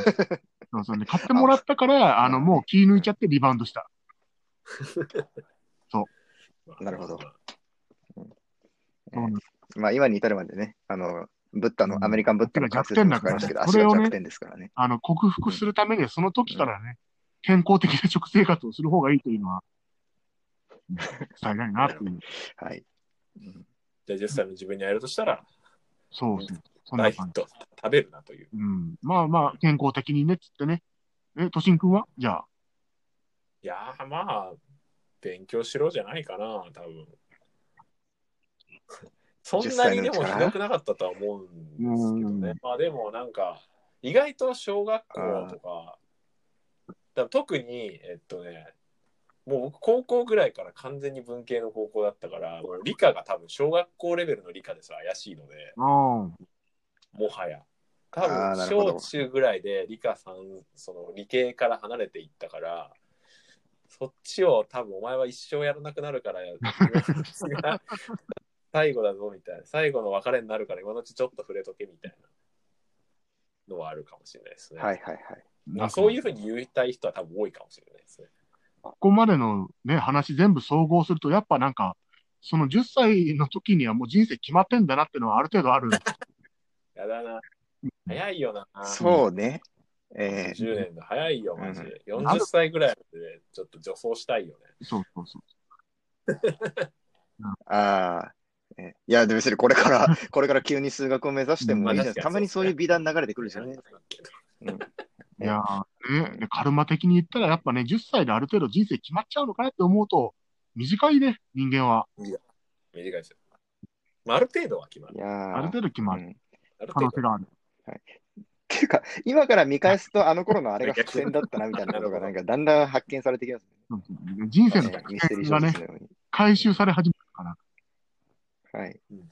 Speaker 3: うそうね、買ってもらったから、あの、もう気抜いちゃってリバウンドした。
Speaker 4: なるほど。
Speaker 3: そうなんです
Speaker 4: まあ、今に至るまでね、あの、ブッダ
Speaker 3: う
Speaker 4: の、
Speaker 3: ん
Speaker 4: アメリカンブッダの関節も使いましたけど、
Speaker 3: だから
Speaker 4: 足
Speaker 3: 弱点だからそ
Speaker 4: は
Speaker 3: れをね
Speaker 4: 弱点ですからね。
Speaker 3: あの、克服するためには、その時からね、健康的な食生活をする方がいいというのは、うん伝えたいなっていう。
Speaker 4: はい。うん
Speaker 2: じゃあ10歳の自分に会えるとしたら、
Speaker 3: そうですね。そん
Speaker 2: ダ
Speaker 3: な
Speaker 2: イエッ
Speaker 3: 感じ。
Speaker 2: ト、食べるなという。
Speaker 3: うん。まあまあ、健康的にね、つってね。え、都心くんはじゃあ、
Speaker 2: いやー、まあ、勉強しろじゃないかな、多分。 そんなにでもひどくなかったとは思うんですけど
Speaker 3: う
Speaker 2: ね
Speaker 3: ん。
Speaker 2: まあでもなんか、意外と小学校とか、だから特に、えっとね、もう僕高校ぐらいから完全に文系の高校だったから、もう理科が多分小学校レベルの理科ですら怪しいので、
Speaker 3: あ
Speaker 2: もはや。多
Speaker 4: あーな
Speaker 2: 分
Speaker 4: るほど
Speaker 2: 小中ぐらいで理科さんその理系から離れていったからそっちを多分お前は一生やらなくなるから 最後だぞみたいな最後の別れになるから今のうちちょっと触れとけみたいなのはあるかもしれないですね。
Speaker 4: はいはいはい。
Speaker 3: あ。。
Speaker 2: あそういううふうに言いたい人は多分多いかもしれないですね。
Speaker 3: ここまでのね、話全部総合すると、やっぱなんか、その10歳の時にはもう人生決まってんだなっていうのはある程度 ある。
Speaker 2: やだな。早いよな。
Speaker 4: そうね。えー
Speaker 2: 10年の早いよ、マジで。
Speaker 3: ん
Speaker 2: 40歳ぐらいでちょっと助走したいよね。
Speaker 3: そうそうそう。
Speaker 4: ああ。えいや、でも別にこ れから、これから急に数学を目指してもいいじゃないです
Speaker 2: まあ確か
Speaker 4: か。た
Speaker 2: に
Speaker 4: まにそういう美談流れてくるじゃんね。うん
Speaker 3: いやー、ね、でカルマ的に言ったら、やっぱね、10歳である程度人生決まっちゃうのかなって思うと、短いね、人間は。
Speaker 2: 短いですよ。まあ、ある程度は決まる
Speaker 4: い。や
Speaker 3: ある
Speaker 4: ー
Speaker 3: 程度決ま
Speaker 4: う
Speaker 3: る
Speaker 4: んっ
Speaker 2: ある
Speaker 3: 可
Speaker 2: 程
Speaker 3: 能
Speaker 2: 度
Speaker 3: 性がある。
Speaker 4: ていうか、今から見返すと、あの頃のあれ が伏線だったなみたいなことが、なんかだんだん発見されてきます
Speaker 3: そうそう人生の
Speaker 4: ね。確かにミステリー小
Speaker 3: がね
Speaker 4: 説、のように。
Speaker 3: 回収され始めるから。
Speaker 4: はい。
Speaker 2: うん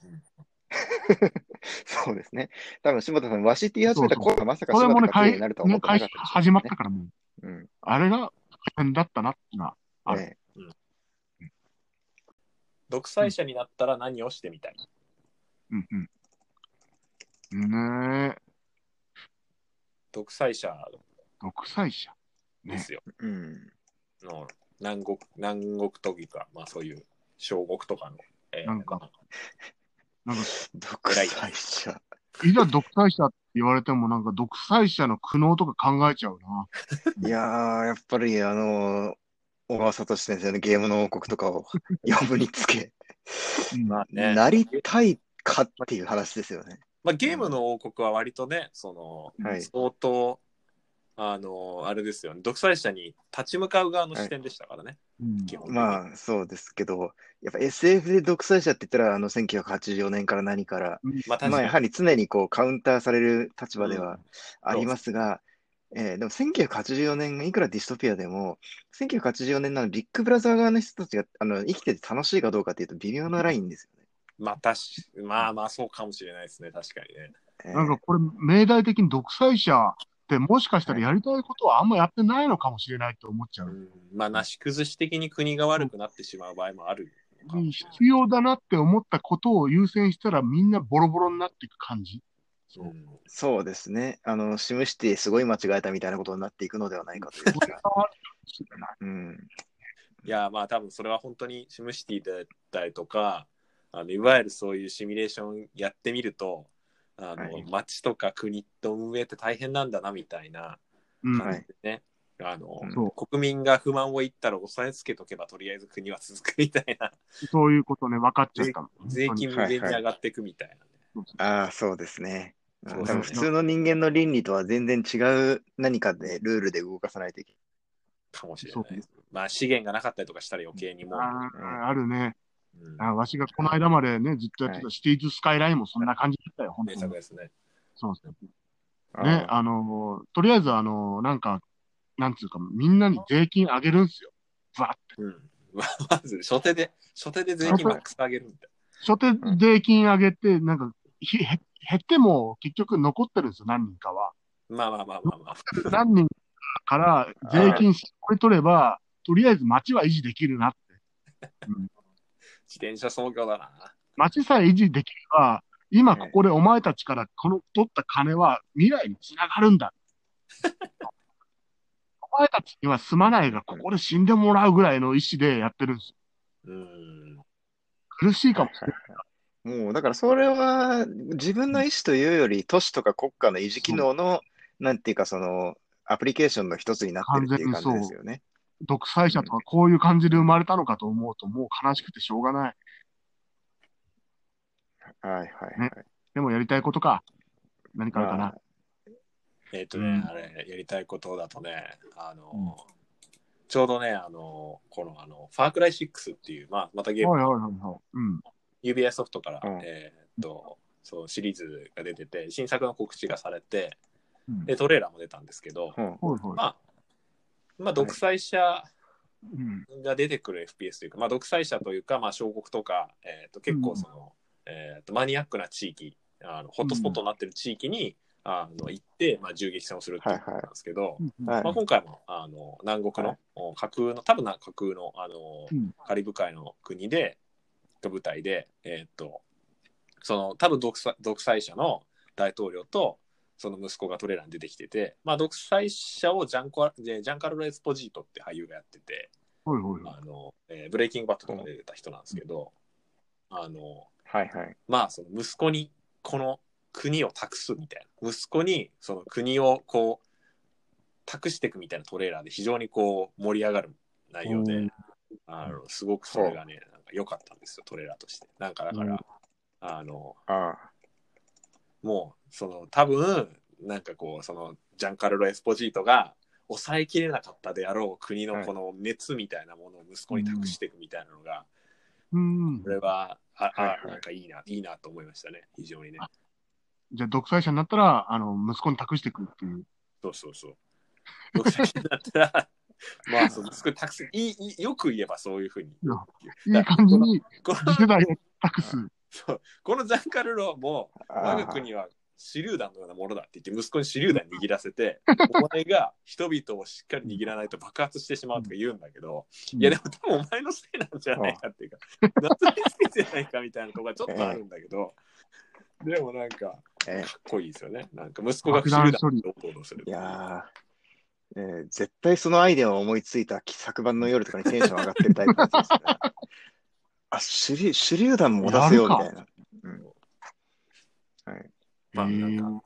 Speaker 4: そうですね。多分柴田さん、ワシティ集めた頃はまさか
Speaker 3: これ
Speaker 4: 柴
Speaker 3: もね、
Speaker 4: 田が
Speaker 3: 回
Speaker 4: ピエになるとは思
Speaker 3: ね
Speaker 4: ってな
Speaker 3: 回
Speaker 4: かっ
Speaker 3: 収
Speaker 4: たでしょうね。
Speaker 3: 始まったからもう、
Speaker 4: うん。
Speaker 3: あれが大変だったなっていうのは。あ
Speaker 4: ね
Speaker 2: 独裁者になったら何をしてみたい、
Speaker 3: うんうん。ねえ、
Speaker 2: 独裁者
Speaker 3: 独裁者。
Speaker 2: ですよ。
Speaker 4: うん。
Speaker 2: の南国、南国都議か、まあそういう小国とかの。えー
Speaker 3: なんか
Speaker 2: まあ
Speaker 3: なんか、
Speaker 4: 独裁者。
Speaker 3: いざ独裁者って言われても、なんか独裁者の苦悩とか考えちゃうな。
Speaker 4: いやー、やっぱり、あのー小川聡先生のゲームの王国とかを呼ぶに つけ、
Speaker 2: まあね
Speaker 4: なりたいかっていう話ですよね。
Speaker 2: まあ、ゲームの王国は割とね、その、
Speaker 4: はい
Speaker 2: 相当、あの、あれですよね、独裁者に立ち向かう側の視点でしたからね、
Speaker 3: うん
Speaker 2: 基本的に。
Speaker 4: まあ、そうですけど、やっぱ SF で独裁者って言ったら、あの、1984年から何から、
Speaker 2: まあ確か
Speaker 4: まあ、や
Speaker 2: に。
Speaker 4: はり常にこう、カウンターされる立場で
Speaker 2: う
Speaker 4: は
Speaker 2: ん
Speaker 4: ありますが、えーでも1984年がいくらディストピアでも、1984年のあのビッグブラザー側の人たちがあの生きてて楽しいかどうかっていうと微妙なラインですよね。
Speaker 2: まあ、確かまあまあ、そうかもしれないですね、確かにね。
Speaker 4: えー
Speaker 3: なんかこれ、命題的に独裁者ってもしかしたらやりたいことはあんまやってないのかもしれないと思っちゃ
Speaker 2: う
Speaker 3: う。
Speaker 2: ん、まあ、なし崩し的に国が悪くなってしまう場合もあるのかもしれない。
Speaker 3: 必要だなって思ったことを優先したらみんなボロボロになっていく感じ。
Speaker 2: うん
Speaker 4: そうですね。あの、シムシティすごい間違えたみたいなことになっていくのではないかという気が。うん。
Speaker 2: いやまあ多分それは本当にシムシティだったりとかあのいわゆるそういうシミュレーションやってみるとあの、
Speaker 4: はい
Speaker 2: 町とか国と運営って大変なんだなみたいな
Speaker 3: うん。
Speaker 2: 感じでね、あの
Speaker 4: うん
Speaker 3: そ
Speaker 2: 国民が不満を言ったら押さえつけとけばとりあえず国は続くみたいな
Speaker 3: うそういうことね、分かっちゃったの。
Speaker 2: 税金無限に上がっていくみたいな、ね
Speaker 4: ああ、そうですね。
Speaker 2: そう
Speaker 4: 多
Speaker 2: ですね
Speaker 4: 分普通の人間の倫理とは全然違う何かでルールで動かさないといけ
Speaker 2: かもしれないです。まあ資源がなかったりとかしたら余計にもう、
Speaker 3: あーあるね。
Speaker 2: うん
Speaker 3: あわしがこの間までね、ずっとやってたシティーズスカイラインもそんな感じだったよ、本当
Speaker 2: 名作
Speaker 3: に。
Speaker 2: ですね。
Speaker 3: そうそう。
Speaker 4: ない。
Speaker 3: ね、
Speaker 4: あ
Speaker 3: あのーとりあえず、あのーなんか、なんつうか、みんなに税金上げるんすよ。ばって。
Speaker 2: うん、まず初手で初手で税金マックス上げるみたい
Speaker 3: 初手税金上げて、なんか、ひ、へ、減っても結局残ってるんですよ、何人 かは。
Speaker 2: な。まあまあまあまあまあ。
Speaker 3: 何人かから税金しっかり取れば、とりあえず街は維持できるなって。
Speaker 2: 自転車創業だな。
Speaker 3: 街さえ維持できれば、今ここでお前たちからこの取った金は未来につながるんだ。お前たちにはすまないが、ここで死んでもらうぐらいの意思でやってるんですよ。
Speaker 2: うん。
Speaker 3: 苦しいかもしれない。
Speaker 4: もう、だからそれは自分の意思というより、都市とか国家の維持機能の、なんていうか、その、アプリケーションの一つになってるっていう感じですよね。
Speaker 3: 独裁者とかこういう感じで生まれたのかと思うと、もう悲しくてしょうがない。
Speaker 4: はいはいはい。
Speaker 3: でもやりたいことか。何かあるか
Speaker 4: ま
Speaker 3: な
Speaker 4: あ。
Speaker 2: えっ、とね、
Speaker 3: うん
Speaker 2: あれ、やりたいことだとね、あの、ちょうどね、あの、この、あの、ファークライ6っていう、まあ、またゲーム、
Speaker 3: はいはいはいはい。うん。
Speaker 2: UBI ソフトから、
Speaker 4: うん
Speaker 2: えーっと、そう、シリーズが出てて、新作の告知がされて、
Speaker 3: うん
Speaker 2: で、トレーラーも出たんですけど、
Speaker 4: うん
Speaker 3: はいはい。
Speaker 2: まあ、まあ、独裁者
Speaker 3: うん。
Speaker 2: が出てくる FPS というか、まあ、独裁者というか、まあ、小国とか、えーっと、結構その、えーっと、マニアックな地域、あのホットスポットになってる地域に、あの行って、まあ、銃撃戦をするっていうことなんですけど、
Speaker 4: はい
Speaker 2: まあ、今回もあの南国の、
Speaker 4: はい
Speaker 2: お架空の多分な架空のあの、
Speaker 3: うん
Speaker 2: カリブ海の国でが舞台で、えーっとその多分独裁独裁者の大統領とその息子がトレーラーに出てきてて、まあ、独裁者をジャンコジャンカルロ・エスポジートって俳優がやってて、
Speaker 3: はいはいはい。
Speaker 2: あのえーブレイキングバットとかで出た人なんですけど、あの
Speaker 4: はいはい。
Speaker 2: まあその息子にこの国を託すみたいな息子にその国をこう託していくみたいなトレーラーで非常にこう盛り上がる内容
Speaker 3: う
Speaker 2: で
Speaker 3: ん
Speaker 2: あのすごくそれがねなんか良かったんですよトレーラーとしてなんかだから、
Speaker 3: うん
Speaker 2: あの
Speaker 4: あ
Speaker 2: もうその多分なんかこうそのジャンカルロ・エスポジートが抑えきれなかったであろう国のこの熱みたいなものを息子に託していくみたいなのが、
Speaker 3: うん
Speaker 2: こ。れはあ
Speaker 4: はいは
Speaker 2: あ
Speaker 4: い
Speaker 2: なんかいいないいなと思いましたね非常にね
Speaker 3: じゃあ、独裁者になったら、あの、息子に託していくっていう。
Speaker 2: そうそうそう。独裁者になったら、 まあ、そのすごいたくさんいいいい、よく言えばそういうふうに。
Speaker 3: いい感じに
Speaker 2: こ
Speaker 3: 次 世
Speaker 2: の、
Speaker 3: 代を託す。
Speaker 2: そうこのジャンカルロも、
Speaker 4: あ。
Speaker 2: 我が国は手榴弾のようなものだって言って、息子に手榴弾握らせ て、お前が人々をしっかり握らないと爆発してしまうとか言うんだけど、いや、でも多分お前のせいなんじゃないかっていうか、夏に好きじゃないかみたいなとこがちょっとあるんだけ ど、でもなんか、
Speaker 4: え
Speaker 2: かっこいいですよね。なんか息子が手榴弾をどうこうとする
Speaker 4: い。やー、えー絶対そのアイデアを思いついた昨晩の夜とかにテンション上がってるタイプのやつですね。 あ、手榴手榴弾も出せようみたいな。うんはい、
Speaker 2: まあなんか
Speaker 3: へー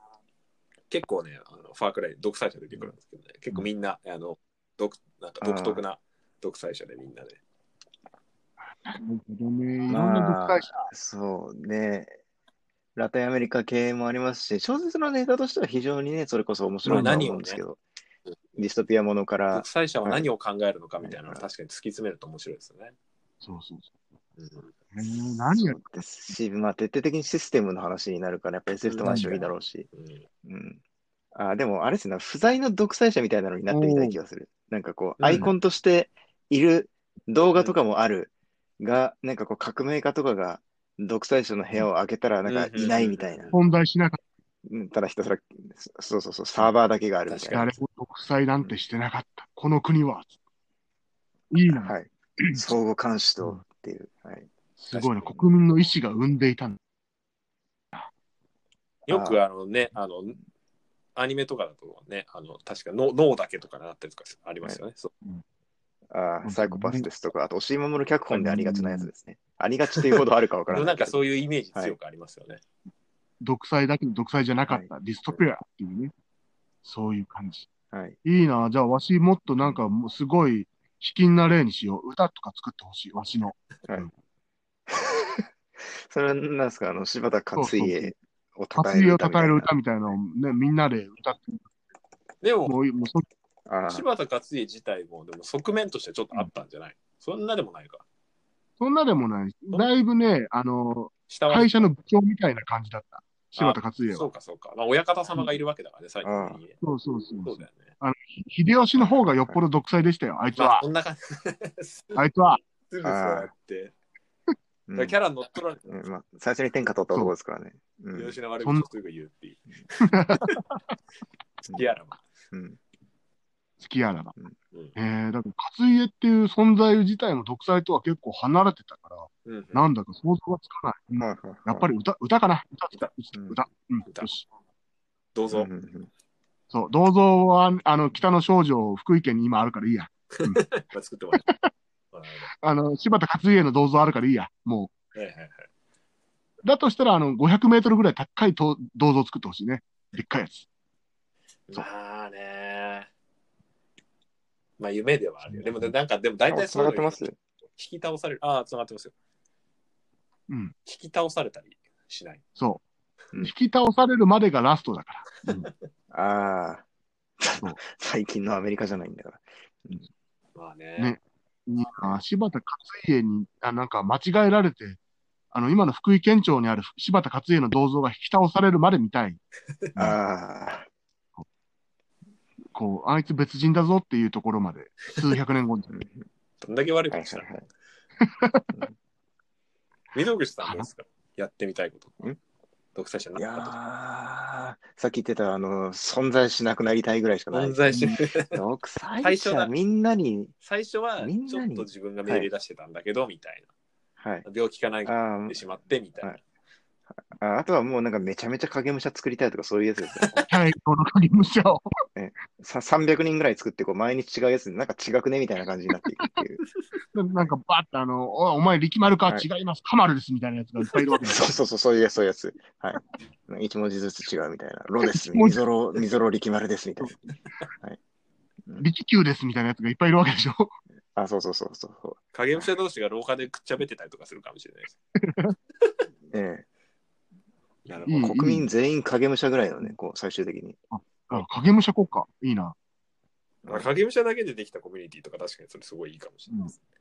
Speaker 2: 結構ね、あのファークライ、独裁者出てくるんですけどね、結構みんな、あの、独なんか独特な独裁者でみんなで。
Speaker 3: なるほどね。いろん
Speaker 4: まあ
Speaker 3: な独裁者。
Speaker 4: そうね。ラテンアメリカ系もありますし、小説のネタとしては非常にね、それこそ面白いなと思うんですけど、
Speaker 2: 何をね
Speaker 4: ディストピアものから
Speaker 2: 独、裁者は何を考えるのかみたいなのを
Speaker 4: はい
Speaker 2: 確かに突き詰めると面白いですよね。
Speaker 3: そうそう
Speaker 2: う
Speaker 3: そ
Speaker 2: ん
Speaker 3: う。へー何や
Speaker 4: そうですし、まあ、徹底的にシステムの話になるから、やっぱ SF との話はいいだろうし、
Speaker 2: うん
Speaker 4: うん。あ、でも、あれですね、不在の独裁者みたいなのになってみたい気がする。なんかこう、アイコンとしている動画とかもあるが、なんかこう、革命家とかが独裁者の部屋を開けたら、なんかいないみたいな。
Speaker 3: 存在しなかっ
Speaker 4: うんただひたすら、そそうそうそう、サーバーだけがあるみたい
Speaker 3: た。
Speaker 4: な。
Speaker 3: 誰も独裁なんてしてなかった。この国は。いいな。
Speaker 4: はい。相互監視とっていう。はい。
Speaker 3: すごいね。
Speaker 2: 確かに
Speaker 3: 国民の意思が生んでいたんだ。
Speaker 2: よくあのね、あの、アニメとかだとね、あの、確かの脳だけとかなったりとかありますよね。そう
Speaker 4: あ
Speaker 3: う
Speaker 4: あ、
Speaker 3: ん
Speaker 4: サイコパスですとか、あと、押井守脚本でありがちなやつですね。ありがちっていうほどあるかわから
Speaker 2: でもな
Speaker 4: な
Speaker 2: いん
Speaker 4: け
Speaker 2: か
Speaker 4: ど。
Speaker 2: そういうイメージ強くありますよね。
Speaker 3: 独裁だけど独裁じゃなかった。ディストピアっていうね。そういう感じ。
Speaker 4: はい。
Speaker 3: いいな。じゃあ、わしもっとなんか、もうすごい、卑近な例にしよう。歌とか作ってほしい。わしの。
Speaker 4: それは何ですか、あの、柴田勝家を称
Speaker 3: 活
Speaker 4: え
Speaker 3: 芸
Speaker 4: る
Speaker 3: を
Speaker 4: 歌
Speaker 3: 称
Speaker 4: みたい
Speaker 3: える
Speaker 4: な。
Speaker 3: 歌みたいなのをね、みんなで歌って、
Speaker 2: でも、
Speaker 3: もう、もうそ
Speaker 4: ああ
Speaker 2: 柴田勝家自体も、でも側面としてちょっとあったんじゃない、そんなでもないか。
Speaker 3: そんなでもない。だいぶね、あの、
Speaker 2: 下は
Speaker 3: 会社の部長みたいな感じだった。柴田勝家
Speaker 2: そ
Speaker 3: は。
Speaker 2: うかそうか。まあ、親方様がいるわけだからね、最後に。
Speaker 3: そうそうそう
Speaker 2: そうだよね。
Speaker 3: 秀吉の方がよっぽど独裁でしたよ、あいつ
Speaker 2: まあ、
Speaker 3: は。
Speaker 2: こんな感じ。 すぐ
Speaker 3: あいつは。
Speaker 2: そうやって。だからキャラ乗っ取られて、
Speaker 4: うんまあ、最初に天下取った男ですからね。うん
Speaker 2: 吉野悪口をすぐ言うっていう。
Speaker 4: ん
Speaker 2: リアルは。
Speaker 4: うん
Speaker 3: きあらば
Speaker 2: うん。
Speaker 3: えー、だから、勝家っていう存在自体も独裁とは結構離れてたから、
Speaker 2: うん
Speaker 3: なんだか想像がつかない。
Speaker 4: はいはいはい
Speaker 3: やっぱり歌、歌かな歌、歌、
Speaker 4: うん
Speaker 3: 歌。うん、
Speaker 2: 歌
Speaker 3: よし。
Speaker 2: どうぞ。
Speaker 4: うんうんうん
Speaker 3: そう、銅像は、あの、北の少女、福井県に今あるからいいや。
Speaker 2: まあ作ってもらったはい
Speaker 3: あの、柴田勝家の銅像あるからいいや。も
Speaker 2: はいはい。
Speaker 3: う。だとしたら、あの、500メートルぐらい高いと銅像作ってほしいね。でっかいやつ。そう
Speaker 2: まあね。まあ夢ではあるよ。でもねなんか、でも大体
Speaker 4: あ繋がって
Speaker 2: の
Speaker 4: ます
Speaker 2: 引き倒される。ああ、つながってますよ。
Speaker 3: うん。
Speaker 2: 引き倒されたりしない。
Speaker 3: そう。
Speaker 4: うん
Speaker 3: 引き倒されるまでがラストだから。
Speaker 4: ああ
Speaker 3: そう。
Speaker 4: 最近のアメリカじゃないんだから。
Speaker 2: まあね。
Speaker 3: ねあ柴田勝家にあ、なんか間違えられて、あの、今の福井県庁にある柴田勝家の銅像が引き倒されるまで見たい。
Speaker 4: ああ。
Speaker 3: こう、あいつ別人だぞっていうところまで、数百年後 に。
Speaker 2: どんだけ悪い
Speaker 4: は
Speaker 2: こ
Speaker 4: い
Speaker 2: とした
Speaker 4: は
Speaker 2: ら
Speaker 4: い。はい。
Speaker 2: 溝口さんどうですかやってみたいこと
Speaker 4: ん。
Speaker 2: 独裁者に
Speaker 4: い
Speaker 2: な
Speaker 4: や
Speaker 2: ったとか。
Speaker 4: ーさっき言ってた、あの、存在しなくなりたいぐらいしかない。
Speaker 2: 存在しない。
Speaker 4: 独裁
Speaker 2: 最初
Speaker 4: 者
Speaker 2: だ
Speaker 4: みんなに、
Speaker 2: 最初は
Speaker 4: みん
Speaker 2: ちょ
Speaker 4: な
Speaker 2: っ
Speaker 4: に
Speaker 2: と自分が命令出してたんだけど、みたい
Speaker 4: はい。
Speaker 2: な。病気かない
Speaker 4: あ
Speaker 2: か
Speaker 4: ー
Speaker 2: てしまってみたいな
Speaker 4: は。ああとはもうなんかめちゃめちゃ影武者作りたいとかそういうやつですね。
Speaker 3: はい、この影武者を。
Speaker 4: さ300人ぐらい作ってこう毎日違うやつになんか違くねみたいな感じになっていくって いう。
Speaker 3: なんかバッとあの、おお前力丸か、
Speaker 4: はい
Speaker 3: 違います、カマルですみたいなやつがいっぱいいるわ けです。
Speaker 4: そうそうそう、そういうやつ、そういうやつ。はい。一文字ずつ違うみたいな。ロです、
Speaker 3: 一文
Speaker 4: み
Speaker 3: 字
Speaker 4: ぞろ、みぞろ力丸ですみたい
Speaker 3: 力球ですみたいなやつがいっぱいいるわけでしょ。
Speaker 4: な。あ、そうそうそうそうそう。
Speaker 2: 影武者同士が廊下でくっちゃべってたりとかするかもしれないです。
Speaker 4: え
Speaker 2: なる
Speaker 3: いい
Speaker 4: え、国民全員影武者ぐらいのね、こう最終的に。
Speaker 3: あ影武者国家、いいな。
Speaker 2: まあ、影武者だけでできたコミュニティとか確かにそれすごいいいかもしれないです。
Speaker 3: うん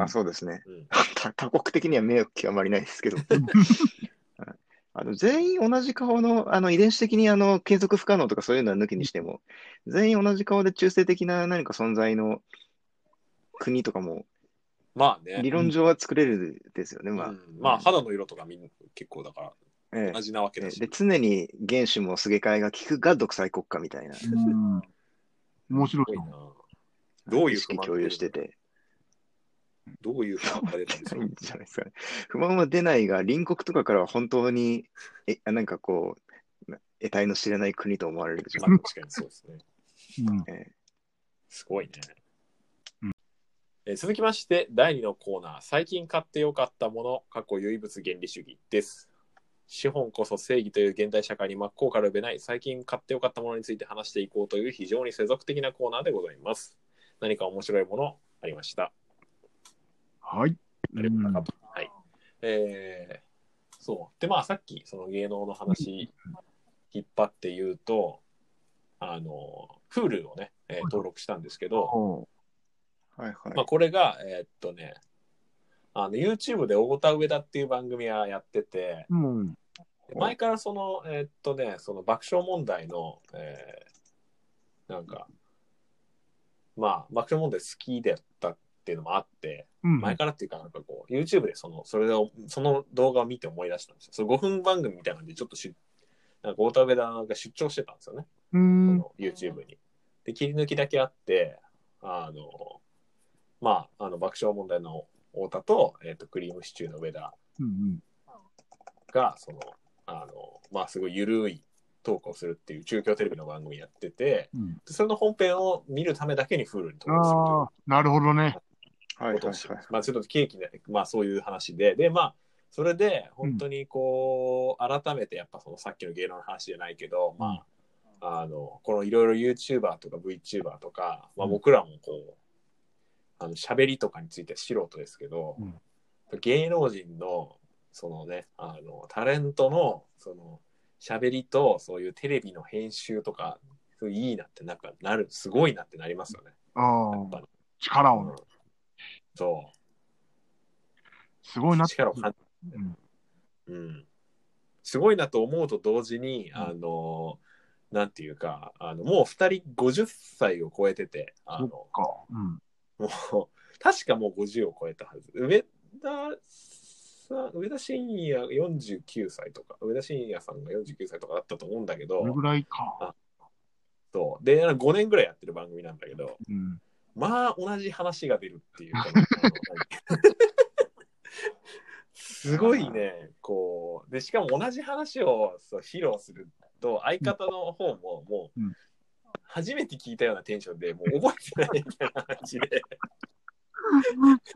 Speaker 4: あ、そうですね。
Speaker 2: うん
Speaker 4: た他国的には迷惑極まりな いですけど。あの全員同じ顔の、あの遺伝子的にあの継続不可能とかそういうのは抜きにしても、全員同じ顔で中性的な何か存在の国とかも、
Speaker 2: まあね。
Speaker 4: 理論上は作れるですよね、ま
Speaker 2: ま
Speaker 4: あ
Speaker 2: あ。、まあ肌の色とかみんな結構だか
Speaker 4: ええ
Speaker 2: ら同じなわけ
Speaker 4: え
Speaker 2: だ
Speaker 4: え
Speaker 2: し。
Speaker 4: で、常に原種もすげ替えが効くが独裁国家みたいな。
Speaker 3: うん面白
Speaker 2: すご
Speaker 3: い
Speaker 2: い
Speaker 3: な
Speaker 2: な。どういう
Speaker 4: 意識共有してて。
Speaker 2: どういう不満が出た んでし
Speaker 4: な
Speaker 2: ょ
Speaker 4: い
Speaker 2: うん
Speaker 4: じゃないですかね。不満は出ないが、隣国とかからは本当に、え、なんかこう、得体の知れない国と思われるでしょ
Speaker 2: まあ確かにそうですね。
Speaker 3: うん
Speaker 4: う。え
Speaker 2: すごいね
Speaker 3: うん。
Speaker 2: えー続きまして、第2のコーナー、最近買ってよかったもの、過去唯物原理主義です。資本こそ正義という現代社会に真っ向からべない、最近買ってよかったものについて話していこうという非常に世俗的なコーナーでございます。何か面白いものありました。
Speaker 3: はい。
Speaker 2: あれもなかった。はい。えーそう。で、まあさっき、その芸能の話、引っ張って言うと、あの、Hulu をね、えー登録したんですけど、
Speaker 3: おう
Speaker 4: えはいは
Speaker 2: まあ、
Speaker 4: い。
Speaker 2: これが、えーっとね、あの YouTube で大田上田っていう番組はやってて、
Speaker 3: うん。
Speaker 2: 前からその、えーっとね、その爆笑問題の、えーなんか、まあ、爆笑問題好きだったっていうのもあって、
Speaker 3: うん。
Speaker 2: 前からっていうか、なんかこう、YouTube でその、それを、その動画を見て思い出したんですよ。その5分番組みたいなので、ちょっとし、なんか大田上田が出張してたんですよね。
Speaker 3: う
Speaker 2: そ
Speaker 3: ん。
Speaker 2: の YouTube に。で、切り抜きだけあって、あの、まあ、あの、爆笑問題の太田と、えっ、と、クリームシチューの上田
Speaker 3: うん
Speaker 2: が、その、あの、まあ、すごい緩いトークをするっていう中京テレビの番組やってて、
Speaker 3: うん。
Speaker 2: でそれの本編を見るためだけにフールに登録するという
Speaker 3: ああ、なるほどね。
Speaker 4: はいはい
Speaker 2: こと
Speaker 4: は
Speaker 2: を
Speaker 4: い
Speaker 2: してます。まあ、ちょっとケーキね、まあ、そういう話で、で、まあ、それで、本当にこう、改めて、やっぱそのさっきの芸能の話じゃないけど、まあ、あの、このいろいろ YouTuber とか VTuber とか、まあ、
Speaker 3: うん
Speaker 2: 僕らもこう、あの、喋りとかについては素人ですけど
Speaker 3: うん、
Speaker 2: 芸能人の、そのね、あの、タレントの、その、喋りと、そういうテレビの編集とか、そういういいなって、なんか、なる、すごいなってなりますよね。
Speaker 3: あ
Speaker 2: や
Speaker 3: あ
Speaker 2: っ、ぱり。
Speaker 3: 力
Speaker 2: う
Speaker 3: を
Speaker 2: ん。そう。
Speaker 3: すごいなって。
Speaker 2: 力を感じて
Speaker 3: うん
Speaker 2: うん、すごいなと思うと同時に、あのなんていうかあのもう2人50歳を超えててあ
Speaker 3: そ
Speaker 2: の
Speaker 3: っか。うん。
Speaker 2: もう確かもう50を超えたはず上田さん上田晋也49歳とか上田晋也さんが49歳とかだったと思うんだけど、
Speaker 3: それぐらいか。
Speaker 2: そう。で、5年ぐらいやってる番組なんだけど、
Speaker 3: うん。
Speaker 2: まあ、同じ話が出るっていう。すごいね、こう。で、しかも同じ話をそう披露すると、相方の方ももう、
Speaker 3: うん
Speaker 2: 初めて聞いたようなテンションで、もう覚えてないみたいな話で。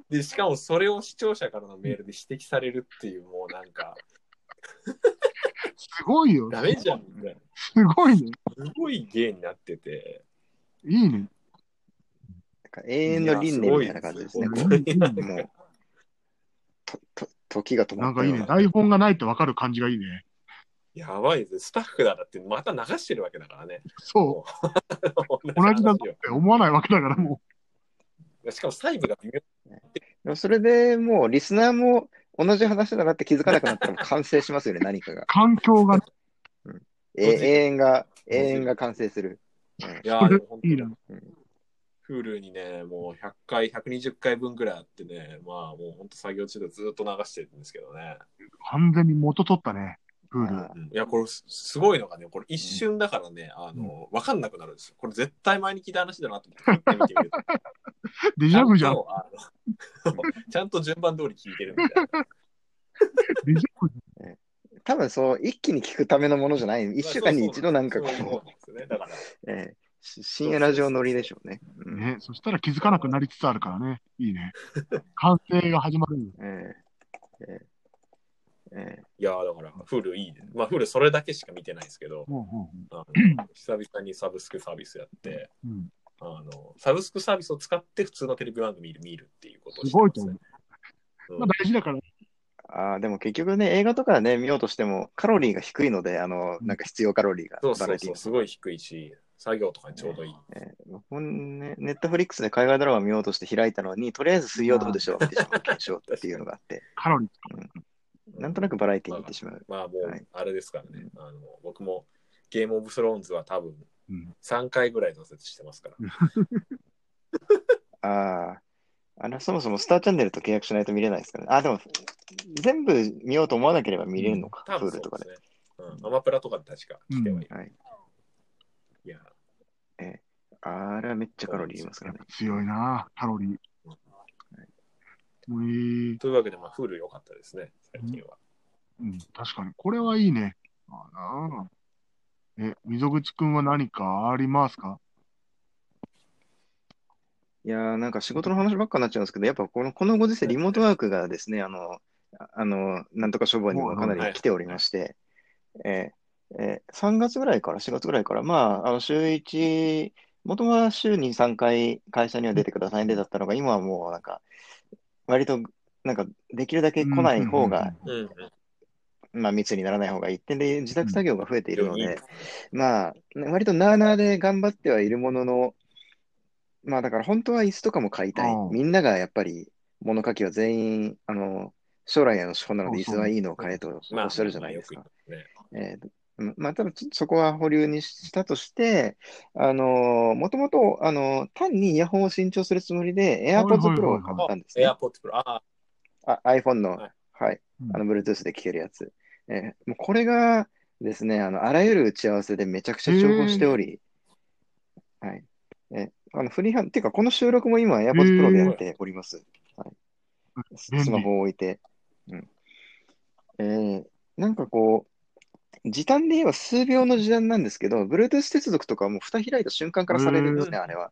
Speaker 2: で、しかもそれを視聴者からのメールで指摘されるっていう、もうなんか、
Speaker 3: すごいよ。
Speaker 2: ダメじゃんみたいな。
Speaker 3: すごいね。
Speaker 2: すごい芸になってて。
Speaker 3: いいね。
Speaker 4: なんか永遠の輪廻みたいな感じですね。
Speaker 2: い
Speaker 4: こ
Speaker 2: や
Speaker 4: う
Speaker 2: すごいです
Speaker 3: うん
Speaker 4: もう、と、と、時が止ま
Speaker 3: なん
Speaker 4: った
Speaker 3: かい
Speaker 4: よ
Speaker 3: いうね。
Speaker 4: な。
Speaker 3: 台本がないとわかる感じがいいね。
Speaker 2: やばいぜ。スタッフがだってまた流してるわけだからね。
Speaker 3: そ
Speaker 2: 同
Speaker 3: う。同じだ
Speaker 2: 話
Speaker 3: ぞ
Speaker 2: よ
Speaker 3: って思わないわけだから、も
Speaker 2: しかも細部が微妙
Speaker 4: でもそれでもう、リスナーも同じ話だなって気づかなくな ったら完成しますよね、何かが
Speaker 3: う、。環境が、
Speaker 4: え永遠が、永遠が完成する。
Speaker 2: いやーでも本当
Speaker 3: いい
Speaker 2: に
Speaker 3: な。
Speaker 2: フールにね、もう100回、120回分ぐらいあってね、まあもう本当作業中でずっと流してるんですけどね。
Speaker 3: 完全に元取ったね。プール。
Speaker 4: ああ
Speaker 2: うんいや、これすすごいのがね、これ一瞬だからね、あの、わかんなくなるんですよ。これ絶対前に聞いた話だなと思って、見てみ ると。
Speaker 3: デジャブじゃん。
Speaker 2: ちゃ んと。あのちゃんと順番通り聞いてるみたいな。
Speaker 3: デジャブじ
Speaker 4: 多分そう、一気に聞くためのものじゃない。一週間に一度なんか
Speaker 2: そうそう
Speaker 4: こ
Speaker 2: なんですよね。だから、
Speaker 4: う、ええし深夜ラジオ乗りでしょうね。う
Speaker 3: ゃん。
Speaker 4: ん
Speaker 3: ね。そしたら気づかなくなりつつあるからね。いいね。完成が始まる。
Speaker 4: えええええ
Speaker 2: いやーだから、フールいいね。まあ、フールそれだけしか見てないですけど、
Speaker 3: うんうん
Speaker 2: あの久々にサブスクサービスやって、
Speaker 3: うんうん
Speaker 2: あの、サブスクサービスを使って普通のテレビ番組見るっていうことを
Speaker 3: す
Speaker 2: してま
Speaker 3: ご
Speaker 2: す
Speaker 3: いと思う。
Speaker 2: うん
Speaker 3: まあ大事だから、
Speaker 4: ああ、でも結局ね、映画とかね、見ようとしても、カロリーが低いので、あの、なんか必要カロリーが、
Speaker 2: そう
Speaker 4: バ
Speaker 2: そ
Speaker 4: ラエ
Speaker 2: う
Speaker 4: テ
Speaker 2: そ
Speaker 4: ィ
Speaker 2: う、すごい低いし、作業とかにちょうどいい。
Speaker 4: の。僕もね、ネットフリックスで海外ドラマ見ようとして開いたのに、とりあえず水曜どうでしょう見てしまう現象っていうのが あって、
Speaker 3: カロリー。
Speaker 4: なんとなくバラエティに行ってしまう。
Speaker 2: まあも
Speaker 4: は
Speaker 2: う
Speaker 4: い、
Speaker 2: あれですからね、あの僕もゲームオブスローンズは多分
Speaker 3: うん
Speaker 2: 3回ぐらい挫折してますから。
Speaker 4: ああ、あれはそもそもスターチャンネルと契約しないと見れないですからね。あ、でも、全部見ようと思わなければ見れるのか、
Speaker 2: 多
Speaker 4: プ
Speaker 2: 分
Speaker 4: ール
Speaker 2: そ
Speaker 4: とか
Speaker 2: う
Speaker 4: で。
Speaker 2: ですね。うん、アマプラとかで確か来てはいる。
Speaker 4: はい。
Speaker 2: いや、
Speaker 4: あれはめっちゃカロリーいりますか
Speaker 3: や
Speaker 4: ら
Speaker 3: っ
Speaker 4: ね。
Speaker 3: ぱ強いな、カロリー。うえー
Speaker 2: というわけで、まあ、フール良かったですね、最近は。
Speaker 3: うん、確かに。これはいいね。あなあえ、溝口くんは何かありますか
Speaker 4: いやーなんか仕事の話ばっかになっちゃうんですけど、やっぱこの、このご時世、リモートワークがですね、あの、ああの、なんとか処分にもかなり来ておりまして、えーえー3月ぐらいから4月ぐらいから、まあ、あの週1、元は週に3回会社には出てくださいねだったのが、今はもうなんか、割と、なんか、できるだけ来ない方が、
Speaker 2: うんうん、
Speaker 4: まあ、密にならない方がいいってんで、自宅作業が増えているの
Speaker 2: いい
Speaker 4: で、まあ、ね割となあなあで頑張ってはいるものの、まあだから本当は椅子とかも買いたい
Speaker 3: うん。
Speaker 4: みんながやっぱり物書きは全員、あの、将来への資本なので椅
Speaker 3: そう
Speaker 4: 子
Speaker 3: そう
Speaker 4: はいいのを買えとおっしゃるじゃないですか
Speaker 2: まあ。まあよく
Speaker 4: えーうんまあ、ただちょっとそこは保留にしたとして、あのもともと、あの単にイヤホンを新調するつもり
Speaker 3: はい
Speaker 4: で、AirPods
Speaker 3: はいはい
Speaker 4: Pro
Speaker 3: はい
Speaker 4: を買
Speaker 2: 言
Speaker 4: った
Speaker 2: うんね
Speaker 4: ですね
Speaker 2: あ、。AirPods Pro。ああ、
Speaker 4: あ、iPhone の、
Speaker 2: はい
Speaker 4: はい、
Speaker 3: うん
Speaker 4: あの、Bluetooth で聴けるやつ。えーもうこれがですね、あの、あらゆる打ち合わせでめちゃくちゃ重宝しており、はい。えーあの、フリーハンド、ていうか、この収録も今、AirPods Pro でやっております。はい。ス
Speaker 3: 便利
Speaker 4: スマホを置いて。うん。えーなんかこう、時短で言えば数秒の時短なんですけど、Bluetooth 接続とかはもう蓋開いた瞬間からされるんですね、
Speaker 2: うん
Speaker 4: あれは。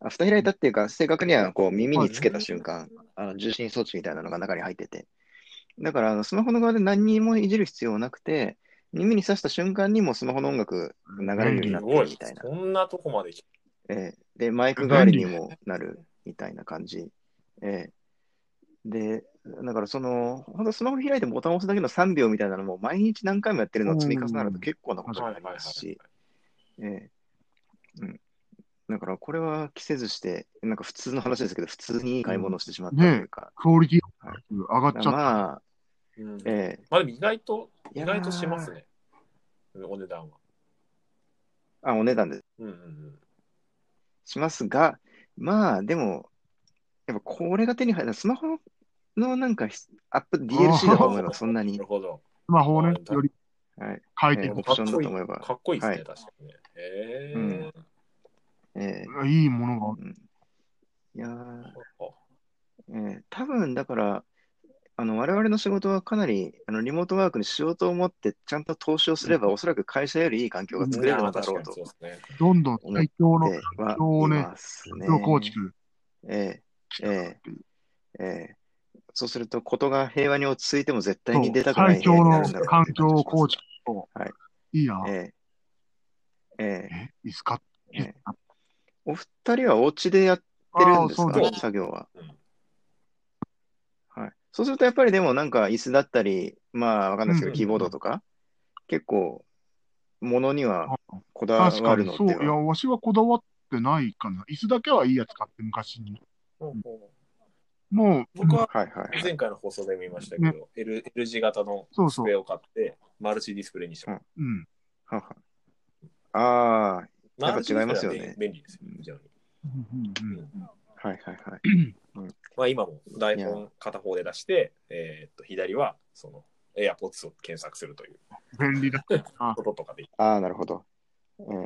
Speaker 4: あ蓋開いたっていうか、正確にはこう耳につけた瞬間、あの重心装置みたいなのが中に入ってて。だから、あのスマホの側で何にもいじる必要はなくて、耳に挿した瞬間にもうスマホの音楽流れるようにな
Speaker 2: す
Speaker 4: って
Speaker 2: ご
Speaker 4: る
Speaker 2: い。
Speaker 4: みたいな。
Speaker 2: こんなとこまで来
Speaker 4: えーで、マイク代わりにもなるみたいな感じ。えーで、だからその、本当スマホ開いてボタンを押すだけの3秒みたいなのも毎日何回もやってるのを積み重なると結構なこと
Speaker 2: た。
Speaker 4: に
Speaker 2: は
Speaker 4: ないり
Speaker 2: はいは
Speaker 4: ま
Speaker 2: い
Speaker 4: すし、ええうん。だからこれは着せずして、なんか普通の話ですけど、普通にいい買い物をしてしまったというか、
Speaker 3: クオリティ上がっ
Speaker 4: だ
Speaker 3: ち
Speaker 4: か
Speaker 3: ゃった。
Speaker 4: らまあ、
Speaker 2: うん
Speaker 4: え
Speaker 2: まあでも意外と、
Speaker 4: え
Speaker 2: 意外とします。ね。お値段は。
Speaker 4: あ、お値段で
Speaker 2: うんうんうん。
Speaker 4: しますが、まあでも、やっぱこれが手に入るスマホ のなんかひアップ DLC だと思えばそんな
Speaker 2: な
Speaker 4: に
Speaker 2: る、ほど。
Speaker 3: スマホをね、
Speaker 2: あ
Speaker 3: より
Speaker 4: はい。
Speaker 3: 書い
Speaker 4: え
Speaker 3: てい
Speaker 4: ー
Speaker 3: く
Speaker 4: オプションだと思えば。
Speaker 2: かっこいいですね、
Speaker 4: はい
Speaker 2: 確かにね。へえ
Speaker 4: う
Speaker 2: ー
Speaker 4: んえ
Speaker 3: いいもの
Speaker 4: ーうんいやー
Speaker 2: そうか
Speaker 4: えー多分だから、あの我々の仕事はかなりあのリモートワークにしようと思って、ちゃんと投資をすれば、おそらく会社よりいい環境が作れるのだろうと
Speaker 2: いやー確かにそうですね。
Speaker 3: がどんどん最強の
Speaker 4: では
Speaker 3: そう
Speaker 4: い
Speaker 3: ね
Speaker 4: ますね。
Speaker 3: 環境構築
Speaker 4: え
Speaker 3: していくっていう
Speaker 4: ーえーそうすると、ことが平和に落ち着いても絶対に出たくない
Speaker 3: 最
Speaker 4: 部屋
Speaker 3: 強
Speaker 4: にな
Speaker 3: の
Speaker 4: るんだろう
Speaker 3: 環
Speaker 4: という
Speaker 3: 境を構
Speaker 4: 感じ
Speaker 3: 築
Speaker 4: がし
Speaker 3: と
Speaker 4: はい。
Speaker 3: いいな
Speaker 4: ま。すねえーえ
Speaker 3: え、いいっすか
Speaker 4: ええーお二人はお家でやってるんです
Speaker 3: ああ
Speaker 4: か
Speaker 3: そう
Speaker 2: です
Speaker 4: 作業は。
Speaker 2: うん
Speaker 4: はい。そうすると、やっぱりでもなんか椅子だったり、まあわかんないですけ
Speaker 2: う
Speaker 4: ど、
Speaker 2: ん
Speaker 4: キーボードとか、結構、ものにはこだわ
Speaker 3: 確か
Speaker 4: る
Speaker 3: に
Speaker 4: の
Speaker 3: そう。
Speaker 4: で
Speaker 3: いや、
Speaker 4: は。
Speaker 3: わしはこだわってないかな。椅子だけはいいやつ買って、昔に。もう、
Speaker 2: 僕は
Speaker 4: はいはい。
Speaker 2: 前回の放送で見ましたけど、L, L 字型の
Speaker 3: そう
Speaker 2: ス
Speaker 3: そ
Speaker 2: ペ
Speaker 3: う。
Speaker 2: を買って、マルチディスプレイにします。
Speaker 3: うん。
Speaker 4: ははああ、
Speaker 2: マルチディスプレイ
Speaker 4: や
Speaker 2: は
Speaker 4: っぱ違いますよね
Speaker 2: 便利ですよ、非常に。
Speaker 3: うんうんうん
Speaker 4: はいはいはい。
Speaker 2: まあ、今も台
Speaker 4: い
Speaker 2: 本片方で出して、えーっと左はその AirPods を検索するという
Speaker 3: 便利だ。あ
Speaker 2: こととかでいい。
Speaker 4: ああ、なるほど。うん。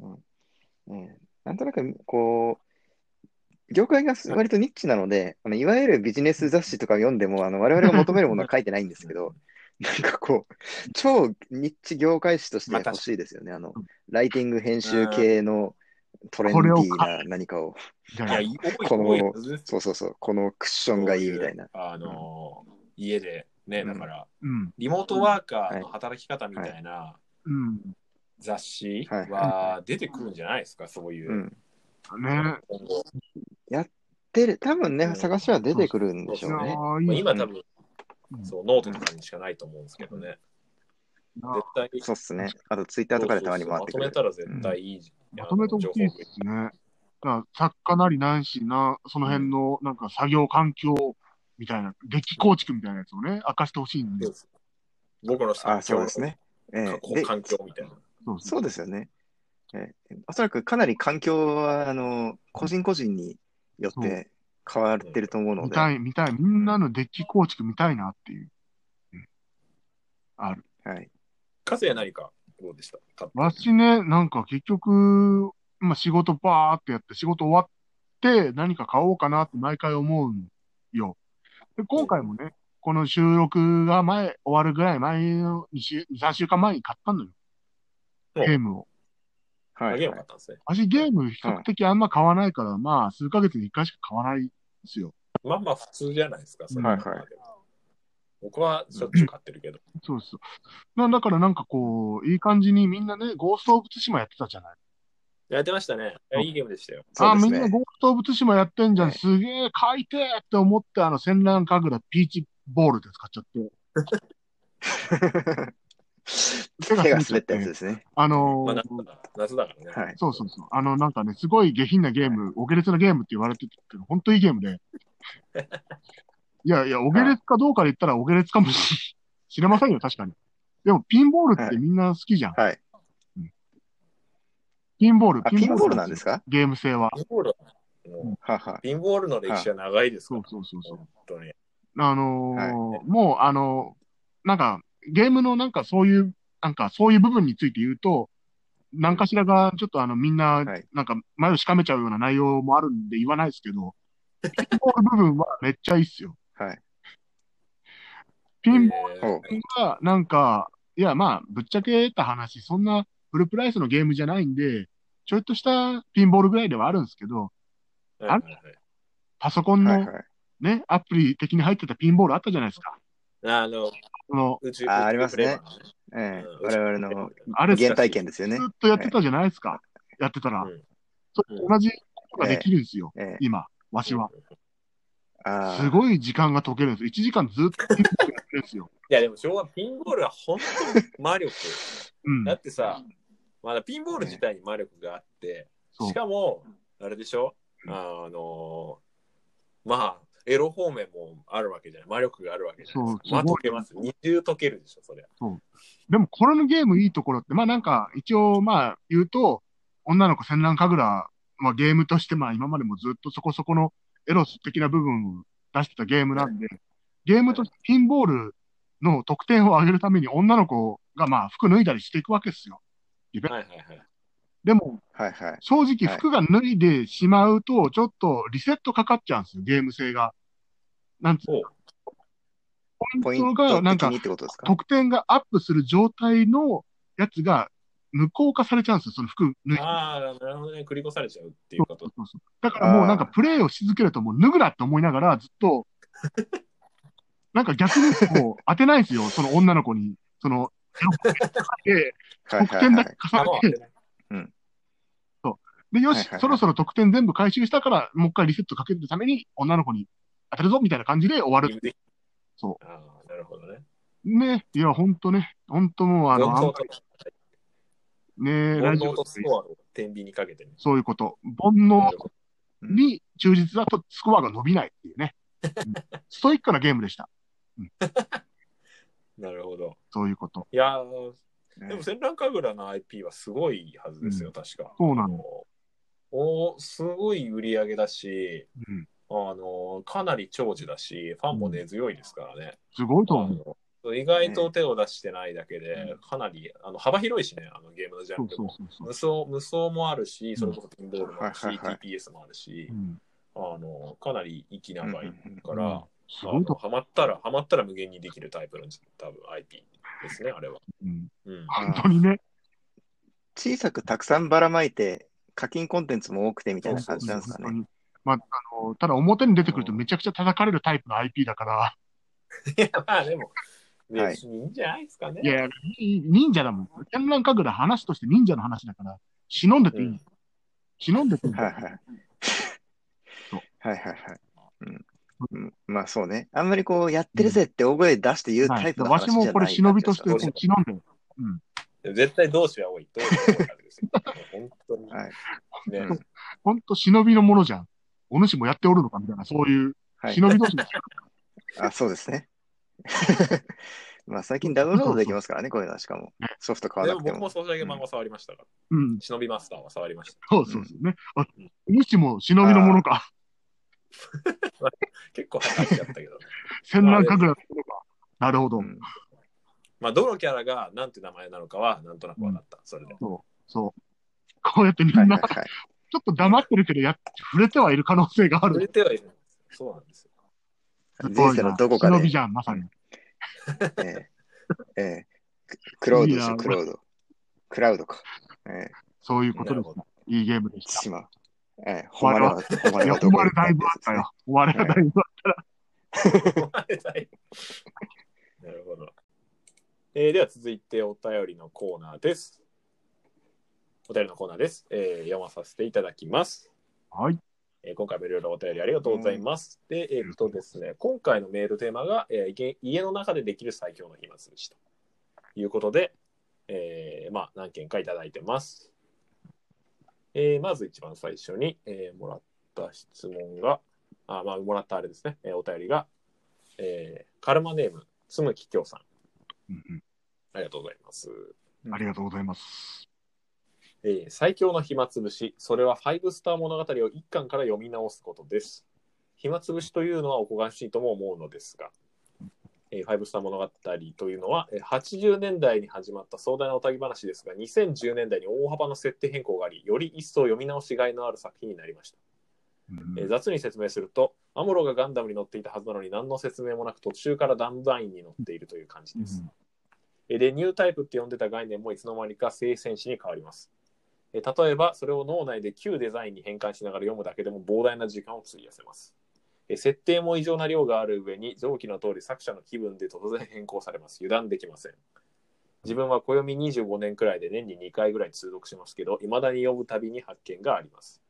Speaker 4: うん。うんなんとなく、こう、業界が割とニッチなので、あのいわゆるビジネス雑誌とか読んでも、あの我々が求めるものは書いてないんですけど、なんかこう、超ニッチ業界誌として
Speaker 2: まあ確かに
Speaker 4: 欲しいですよね。あの、ライティング編集系のトレン
Speaker 3: こ
Speaker 4: デ
Speaker 3: れを
Speaker 4: ィーな何かを、
Speaker 3: じ
Speaker 2: い
Speaker 3: ゃ
Speaker 2: や、
Speaker 3: あ、
Speaker 2: いい多い
Speaker 4: この
Speaker 2: 多いはずです
Speaker 4: そうそうそう、このクッションがいいみたいな。
Speaker 2: そううあのー家でね、だから、
Speaker 3: うん。
Speaker 2: リモートワーカーの働き方みたいな
Speaker 3: うん。
Speaker 2: 雑誌
Speaker 4: はい
Speaker 2: は出てくるんじゃないですか、そういうう。
Speaker 4: ん。
Speaker 3: ね。
Speaker 2: 今後
Speaker 4: で、多分
Speaker 2: うん
Speaker 4: ね、探しは出てくるんでし
Speaker 3: い
Speaker 4: ょうね。
Speaker 3: や、
Speaker 2: まあ
Speaker 3: いい。
Speaker 2: 今多分、
Speaker 3: うん
Speaker 2: そう、ノートとかにしかないと思うんですけどね。
Speaker 3: うん
Speaker 2: 絶対に
Speaker 4: そうっすね。あと、ツイッターとかでたまに回ってく
Speaker 2: ま
Speaker 4: る。
Speaker 2: とめたら絶対いい。
Speaker 3: まとめてほしいですね。だから作家なりないしな、その辺のなんか作業環境みたいな、デッキ構築みたいなやつをね、明かしてほしいんで
Speaker 2: そう。です僕の
Speaker 4: あ、
Speaker 2: 環
Speaker 4: そう
Speaker 2: 境
Speaker 4: ですね。え
Speaker 2: の
Speaker 4: え
Speaker 2: こ
Speaker 4: で
Speaker 2: 環境みたいな。
Speaker 3: そうそう
Speaker 4: そうですよね。ええおそらくかなり環境は、あの、個人個人によって変わってると思うの
Speaker 3: 見
Speaker 4: で、
Speaker 3: たい、見たい。みんなのデッキ構築見たいなっていう。うんある。
Speaker 4: はい。
Speaker 2: かつや何かどうでしたか
Speaker 3: わしね、なんか結局、まあ仕事バーってやって、仕事終わって何か買おうかなって毎回思うんよ。で、今回もね、この収録が前、終わるぐらい前の2週、3週間前に買ったのよ。
Speaker 2: お
Speaker 3: ゲームを。
Speaker 4: はい、
Speaker 2: あ
Speaker 4: はい
Speaker 2: げよかったんですね。
Speaker 3: 私ゲーム比較的あんま買わないから、まあ数ヶ月に一回しか買わないんですよ。
Speaker 2: まあまあ普通じゃないですか、それ
Speaker 4: はいはい
Speaker 2: 僕はしょっちゅう買ってるけど。
Speaker 3: そうそう。なだからなんかこう、いい感じにみんなね、ゴースト・オブ・ツシマやってたじゃない。
Speaker 2: やってましたね。いやいいゲームでしたよ。
Speaker 4: そう
Speaker 3: あ、
Speaker 4: です
Speaker 3: みん
Speaker 4: ね
Speaker 3: なゴースト・オブ・ツシマやってんじゃん。
Speaker 4: はい
Speaker 3: すげえ、書いてーって思って、あの、戦乱神楽ピーチボールで使っちゃって。
Speaker 4: 手が滑ったやつですね。
Speaker 3: あの
Speaker 2: まあ
Speaker 3: ー
Speaker 2: 夏だから夏だからね。
Speaker 4: はい。
Speaker 3: そうそうそう。あの、なんかね、すごい下品なゲーム、オゲレスなゲームって言われてたけど、本当いいゲーム で。いやいや、オゲレスかどうかで言ったらオゲレスかもし知れませんよ、確かに。でも、ピンボールってみんな好きじゃん。
Speaker 4: はい。
Speaker 3: ピンボール、
Speaker 4: あ、ピンボールなんです
Speaker 3: か
Speaker 4: か
Speaker 3: ゲーム性は。
Speaker 2: ピンボールはもう
Speaker 4: はは。
Speaker 2: ピンボールの歴史は長いですか
Speaker 3: そう
Speaker 2: ら、
Speaker 3: そうそうそう。
Speaker 2: 本当に。
Speaker 3: あのー
Speaker 4: は
Speaker 3: もう、あのーなんか、ゲームのなんかそういう、なんかそういう部分について言うと、何かしらがちょっとあのみんな
Speaker 4: はい、
Speaker 3: なんか前をしかめちゃうような内容もあるんで言わないですけど、ピンボール部分はめっちゃいいっすよ。
Speaker 4: はい。
Speaker 3: ピンボ
Speaker 2: え
Speaker 4: ほう
Speaker 2: ー
Speaker 3: ールがなんか、いやまあ、ぶっちゃけた話、そんなフルプライスのゲームじゃないんで、ちょいとしたピンボールぐらいではあるんですけど、
Speaker 2: はいはいはい
Speaker 3: パソコン
Speaker 4: はい
Speaker 3: の
Speaker 4: はい。
Speaker 3: ね、アプリ的に入ってたピンボールあったじゃないですか。
Speaker 2: あの、
Speaker 3: その、
Speaker 2: 宇宙
Speaker 4: あありますね
Speaker 2: 宇宙プレイバー
Speaker 4: ええ我々の
Speaker 3: あれ
Speaker 4: 原体験ですよね
Speaker 3: ず。っとやってたじゃないですか。やってたら。
Speaker 2: うん
Speaker 3: それと同じことができるんですよ。
Speaker 4: え
Speaker 3: 今、わしは。
Speaker 4: え、あ
Speaker 3: す
Speaker 4: い。
Speaker 3: ごい時間が解けるんです。1時間ずっとピンボールやってるんですよ。
Speaker 2: いやでも昭和ピンボールは本当に魔力。
Speaker 3: うん
Speaker 2: だ。ってさ、まだピンボール自体に魔力があって、
Speaker 3: そう
Speaker 2: し。かも、あれでしょあのーまあ、エロ方面もあるわけじゃない。魔力があるわけじゃないですか。
Speaker 3: そう
Speaker 2: まあ、
Speaker 3: すご
Speaker 2: 解
Speaker 3: い
Speaker 2: けます。二重解けるでしょ、そりゃ。
Speaker 3: でも、これのゲームいいところって、まあなんか、一応、まあ言うと、女の子戦乱神楽、まあゲームとして、まあ今までもずっとそこそこのエロス的な部分を出してたゲームなんで、ゲームとしてピンボールの得点を上げるために女の子が、まあ、服脱いだりしていくわけですよ。
Speaker 2: はいはいはい。
Speaker 3: でも、
Speaker 4: はいはい。
Speaker 3: 正直、
Speaker 4: はい
Speaker 3: 服が脱いでしまうと、ちょっとリセットかかっちゃうんですよ、ゲーム性が。なんつう
Speaker 2: お
Speaker 3: ポ
Speaker 4: ポ
Speaker 3: イ
Speaker 4: イ
Speaker 3: ント
Speaker 4: ン
Speaker 3: が、
Speaker 4: ト
Speaker 3: なん
Speaker 4: 的
Speaker 3: か
Speaker 4: に、ってことですか
Speaker 3: 得点がアップする状態のやつが無効化されちゃうんですよ、その服脱いで。
Speaker 2: ああ、なるほどね。繰り越されちゃうっていうこと。
Speaker 3: そうそうだからもうなんか
Speaker 4: あー
Speaker 3: プレイをし続けるともう脱ぐなって思いながらずっ と、なんか逆にこう当てないんですよ、その女の子に。そ の、で、
Speaker 4: はい
Speaker 3: 得
Speaker 4: はい
Speaker 3: 点
Speaker 4: は
Speaker 3: だ
Speaker 4: い
Speaker 3: け。
Speaker 2: あ
Speaker 3: 重
Speaker 2: もう
Speaker 3: ねて、で、よ
Speaker 4: はい
Speaker 3: し
Speaker 4: はいは、い
Speaker 3: そろそろ得点全部回収したから、もう一回リセットかけるために女の子に当てるぞみたいな感じで終わる。そ
Speaker 2: ああ、なるほどね。
Speaker 3: ね、いや、ほんとね、ほんともうあ
Speaker 2: あ
Speaker 3: の、あん
Speaker 2: の、
Speaker 3: ね、
Speaker 2: 煩
Speaker 3: ラジオ
Speaker 2: 悩とスコアを天秤にかけてね。
Speaker 3: そういうこと。煩悩に忠実だとスコアが伸びないっていうね。うん ストイックなゲームでした。
Speaker 2: なるほど。
Speaker 3: そういうこと。
Speaker 2: いやー、で
Speaker 4: は
Speaker 2: も
Speaker 4: い
Speaker 2: 戦乱神楽の IP はすごいはずですよ、確か。
Speaker 3: そうなの
Speaker 2: の。おすごい売り上げだし、
Speaker 3: うん
Speaker 2: あのかなり長寿だし、ファンも根強いですからね。
Speaker 3: すごいと
Speaker 2: あ
Speaker 3: 思う。
Speaker 2: の意外と手を出してないだけで、かなりあの幅広いしね、あのゲームのジャ
Speaker 3: そ
Speaker 2: ン
Speaker 3: う
Speaker 2: ル
Speaker 3: そう
Speaker 2: も。
Speaker 3: そうそう。
Speaker 2: 無双無双もあるし、それこそピンボールもあるし、
Speaker 4: はいはいはい
Speaker 2: TPS もあるし
Speaker 3: う、ん、
Speaker 2: あのかなり息長いか
Speaker 3: うん
Speaker 2: ら、
Speaker 3: すごいと
Speaker 2: あのハマったら、ハマったら無限にできるタイプの多分 IP ですね、あれは。
Speaker 3: 思う。うん
Speaker 2: うん、
Speaker 3: 本当にね。
Speaker 4: 小さくたくさんばらまいて、課金コンテンツも多くてみたいな
Speaker 3: そう
Speaker 4: 感じなんです
Speaker 3: 本
Speaker 4: か
Speaker 3: 当
Speaker 4: ね。
Speaker 3: に。まあ、あの、ただ表に出てくるとめちゃくちゃ叩かれるタイプの IP だから、
Speaker 2: いや、まあでも、
Speaker 4: はい
Speaker 2: 別にいいんじゃないですかね。
Speaker 3: いやいや、い忍者だもん。天覧神楽話として忍者の話だから、忍んでていい。
Speaker 2: うん
Speaker 3: 忍んでていい。
Speaker 4: はいはい。
Speaker 3: そう
Speaker 4: はいはいはい。うんうんまあそうね。あんまりこう、やってるぜって大声出して言うタイプの
Speaker 3: わ
Speaker 4: 話
Speaker 3: し
Speaker 4: じゃない、
Speaker 3: もこれ忍びとして
Speaker 2: そう
Speaker 3: こう
Speaker 2: ですね
Speaker 3: 忍んでる。
Speaker 2: 絶対同志は多い。同志は多いからですよ。もう本
Speaker 4: はい。
Speaker 2: 当にね。
Speaker 4: うん
Speaker 3: ほんと忍びのものじゃん。お主もやっておるのかみたいな、そういう
Speaker 4: はい。
Speaker 3: 忍び同士の
Speaker 4: あ、そうですね。まあ最近ダウンロードできますからね、こういうのはしかも。ソフト買わ
Speaker 2: で
Speaker 4: な
Speaker 2: も
Speaker 4: くて
Speaker 2: 僕
Speaker 4: も。
Speaker 2: もソシャゲマンは触りましたが、
Speaker 3: うん、
Speaker 2: 忍びマスターは触りました。
Speaker 3: そうそうそうね。あ、もしも忍びのものか、
Speaker 2: 結構早くやったけどね。
Speaker 3: 戦乱神楽のものか。なるほど。
Speaker 4: うん
Speaker 2: まあ、どのキャラがなんて名前なのかは、なんとなく分かった。それで。
Speaker 3: そう。こうやってみん
Speaker 4: は
Speaker 3: な、
Speaker 4: い
Speaker 3: ち
Speaker 4: は
Speaker 3: ょ
Speaker 4: いはい。
Speaker 3: っと黙ってるけどやっ、触れてはいる可能性があ
Speaker 2: 触れ
Speaker 3: る。
Speaker 2: てはいるんです。そうなんですよ。
Speaker 3: すご
Speaker 4: 人
Speaker 3: い
Speaker 4: 生
Speaker 3: な
Speaker 4: のどこか
Speaker 3: 忍
Speaker 4: で
Speaker 3: び、じゃん、まさに。
Speaker 4: ええええクロードです
Speaker 3: いや
Speaker 4: よ、クロード。クラウドか。ええ
Speaker 3: そういうことで
Speaker 2: なる
Speaker 3: す
Speaker 2: ほ。
Speaker 3: いいゲームでした。
Speaker 4: しまう。ええ、誉れは、誉
Speaker 3: い
Speaker 4: れ
Speaker 3: や、
Speaker 4: はど
Speaker 3: 終
Speaker 4: こ
Speaker 3: わ
Speaker 4: に
Speaker 3: るだいぶあったよ。終わるだいぶあっ
Speaker 2: なるほど。えーでは続いてお便りのコーナーです。お便りのコーナーです。えー読まさせていただきます。
Speaker 3: た。はい。
Speaker 2: えー今回もいろいろお便りありがとうございます。で、えーっとですね、今回のメールテーマが、えー家家の中でできる最強の暇つぶしということで、えーまあ、何件かいただいてます。えーまず一番最初に、えーもらった質問が、あ、まあ、もらったあれですね、えーお便りが、えーカルマネーム、つむききょうさん。
Speaker 3: うんうん
Speaker 2: ありがとうございます。
Speaker 3: ありがとうございます。
Speaker 2: えー最強の暇つぶし、それは5スター物語を1巻から読み直すことです。暇つぶしというのはおこがましいとも思うのですが、えー、5スター物語というのは、えー80年代に始まった壮大なおたぎ話ですが、2010年代に大幅な設定変更があり、より一層読み直しがいのある作品になりました。
Speaker 3: うん
Speaker 2: えー雑に説明すると、アムロがガンダムに乗っていたはずなのに何の説明もなく途中からダンバインに乗っているという感じです。えーで、ニュータイプって呼んでた概念もいつの間にか性戦士に変わります。えー例えば、それを脳内で旧デザインに変換しながら読むだけでも膨大な時間を費やせます。えー設定も異常な量がある上に、上記の通り作者の気分で突然変更されます。油断できません。自分は暦25年くらいで年に2回ぐらい通読しますけど、未だに読むたびに発見があります。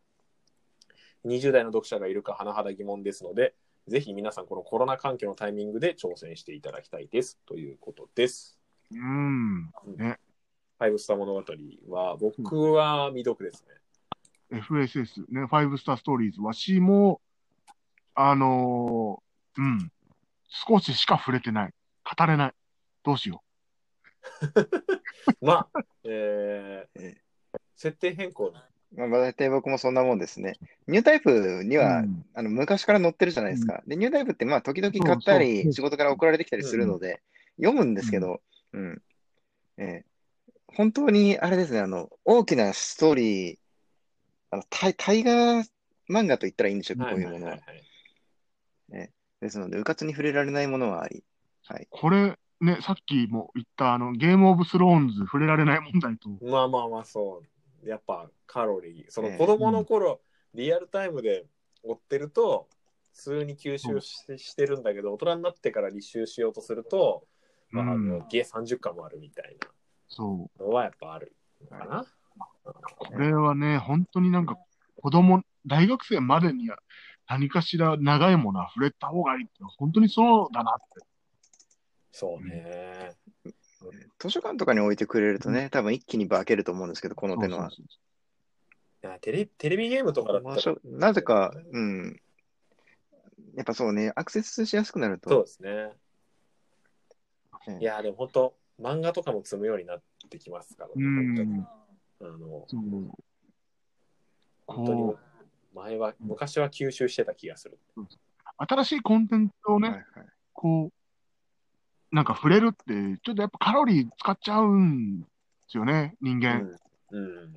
Speaker 2: 20代の読者がいるか甚だ疑問ですので、ぜひ皆さんこのコロナ環境のタイミングで挑戦していただきたいです。ということです。
Speaker 3: うん。
Speaker 2: ファイブスター物語は、僕は未読ですね。
Speaker 3: FSS、ね、ファイブスターストーリーズ、わしも、あのーうん、少ししか触れてない。語れない。どうしよ
Speaker 2: まあ、えー
Speaker 4: ええ
Speaker 2: 設定変更、
Speaker 4: まあ、大体僕もそんなもんですね。ニュータイプに
Speaker 3: う。
Speaker 4: は、
Speaker 3: うん
Speaker 4: あの昔から載ってるじゃないですか。で、ニュータイプって、まあ、時々買った
Speaker 3: そうそうそう
Speaker 4: り、仕事から送られてきたりするので、読むんですけど、うん。えー本当に、あれですね、あの、大きなストーリー、あの、タイ、タイガー漫画と言ったらいいんでしょうか、
Speaker 2: は
Speaker 4: こういうもの
Speaker 2: は
Speaker 4: は。
Speaker 2: いはい
Speaker 4: ですので、うかつに触れられないものはあり。
Speaker 3: これ、ね、さっきも言った、あの、ゲームオブスローンズ触れられない問題と、
Speaker 2: まあまあまあそうやっぱカロリーその
Speaker 4: ええ
Speaker 2: 子供の頃、リアルタイムで追ってると普通に吸収し,、してるんだけど大人になってから履修しようとすると、まあ、あ
Speaker 3: うん
Speaker 2: のゲ30巻もあるみたい
Speaker 3: そう。
Speaker 2: なのはやっぱあるかな、
Speaker 3: これはね、本当になんか、子供、大学生までには何かしら長いものは触れた方がいいって、本当にそうだなって。
Speaker 2: そうね、
Speaker 4: 図書館とかに置いてくれるとね、多分一気に化けると思うんですけど、この手のは。
Speaker 3: そうそうそ
Speaker 2: いやテレテレビゲームとかだったら
Speaker 4: まあしょなぜか、うん。やっぱそうね、アクセスしやすくなる
Speaker 2: そう
Speaker 4: と。
Speaker 2: ですね
Speaker 4: ええ
Speaker 2: いやでも本当漫画とかも積むようになってきますから、
Speaker 3: ううん
Speaker 2: 本当にあの
Speaker 3: うそう
Speaker 2: 本当に
Speaker 3: こう、
Speaker 2: 前は昔は吸収してた気がする
Speaker 3: 新しいコンテンツをね、
Speaker 4: はいはい
Speaker 3: こう、なんか触れるって、ちょっとやっぱカロリー使っちゃうんですよね、人間。
Speaker 2: うん、うん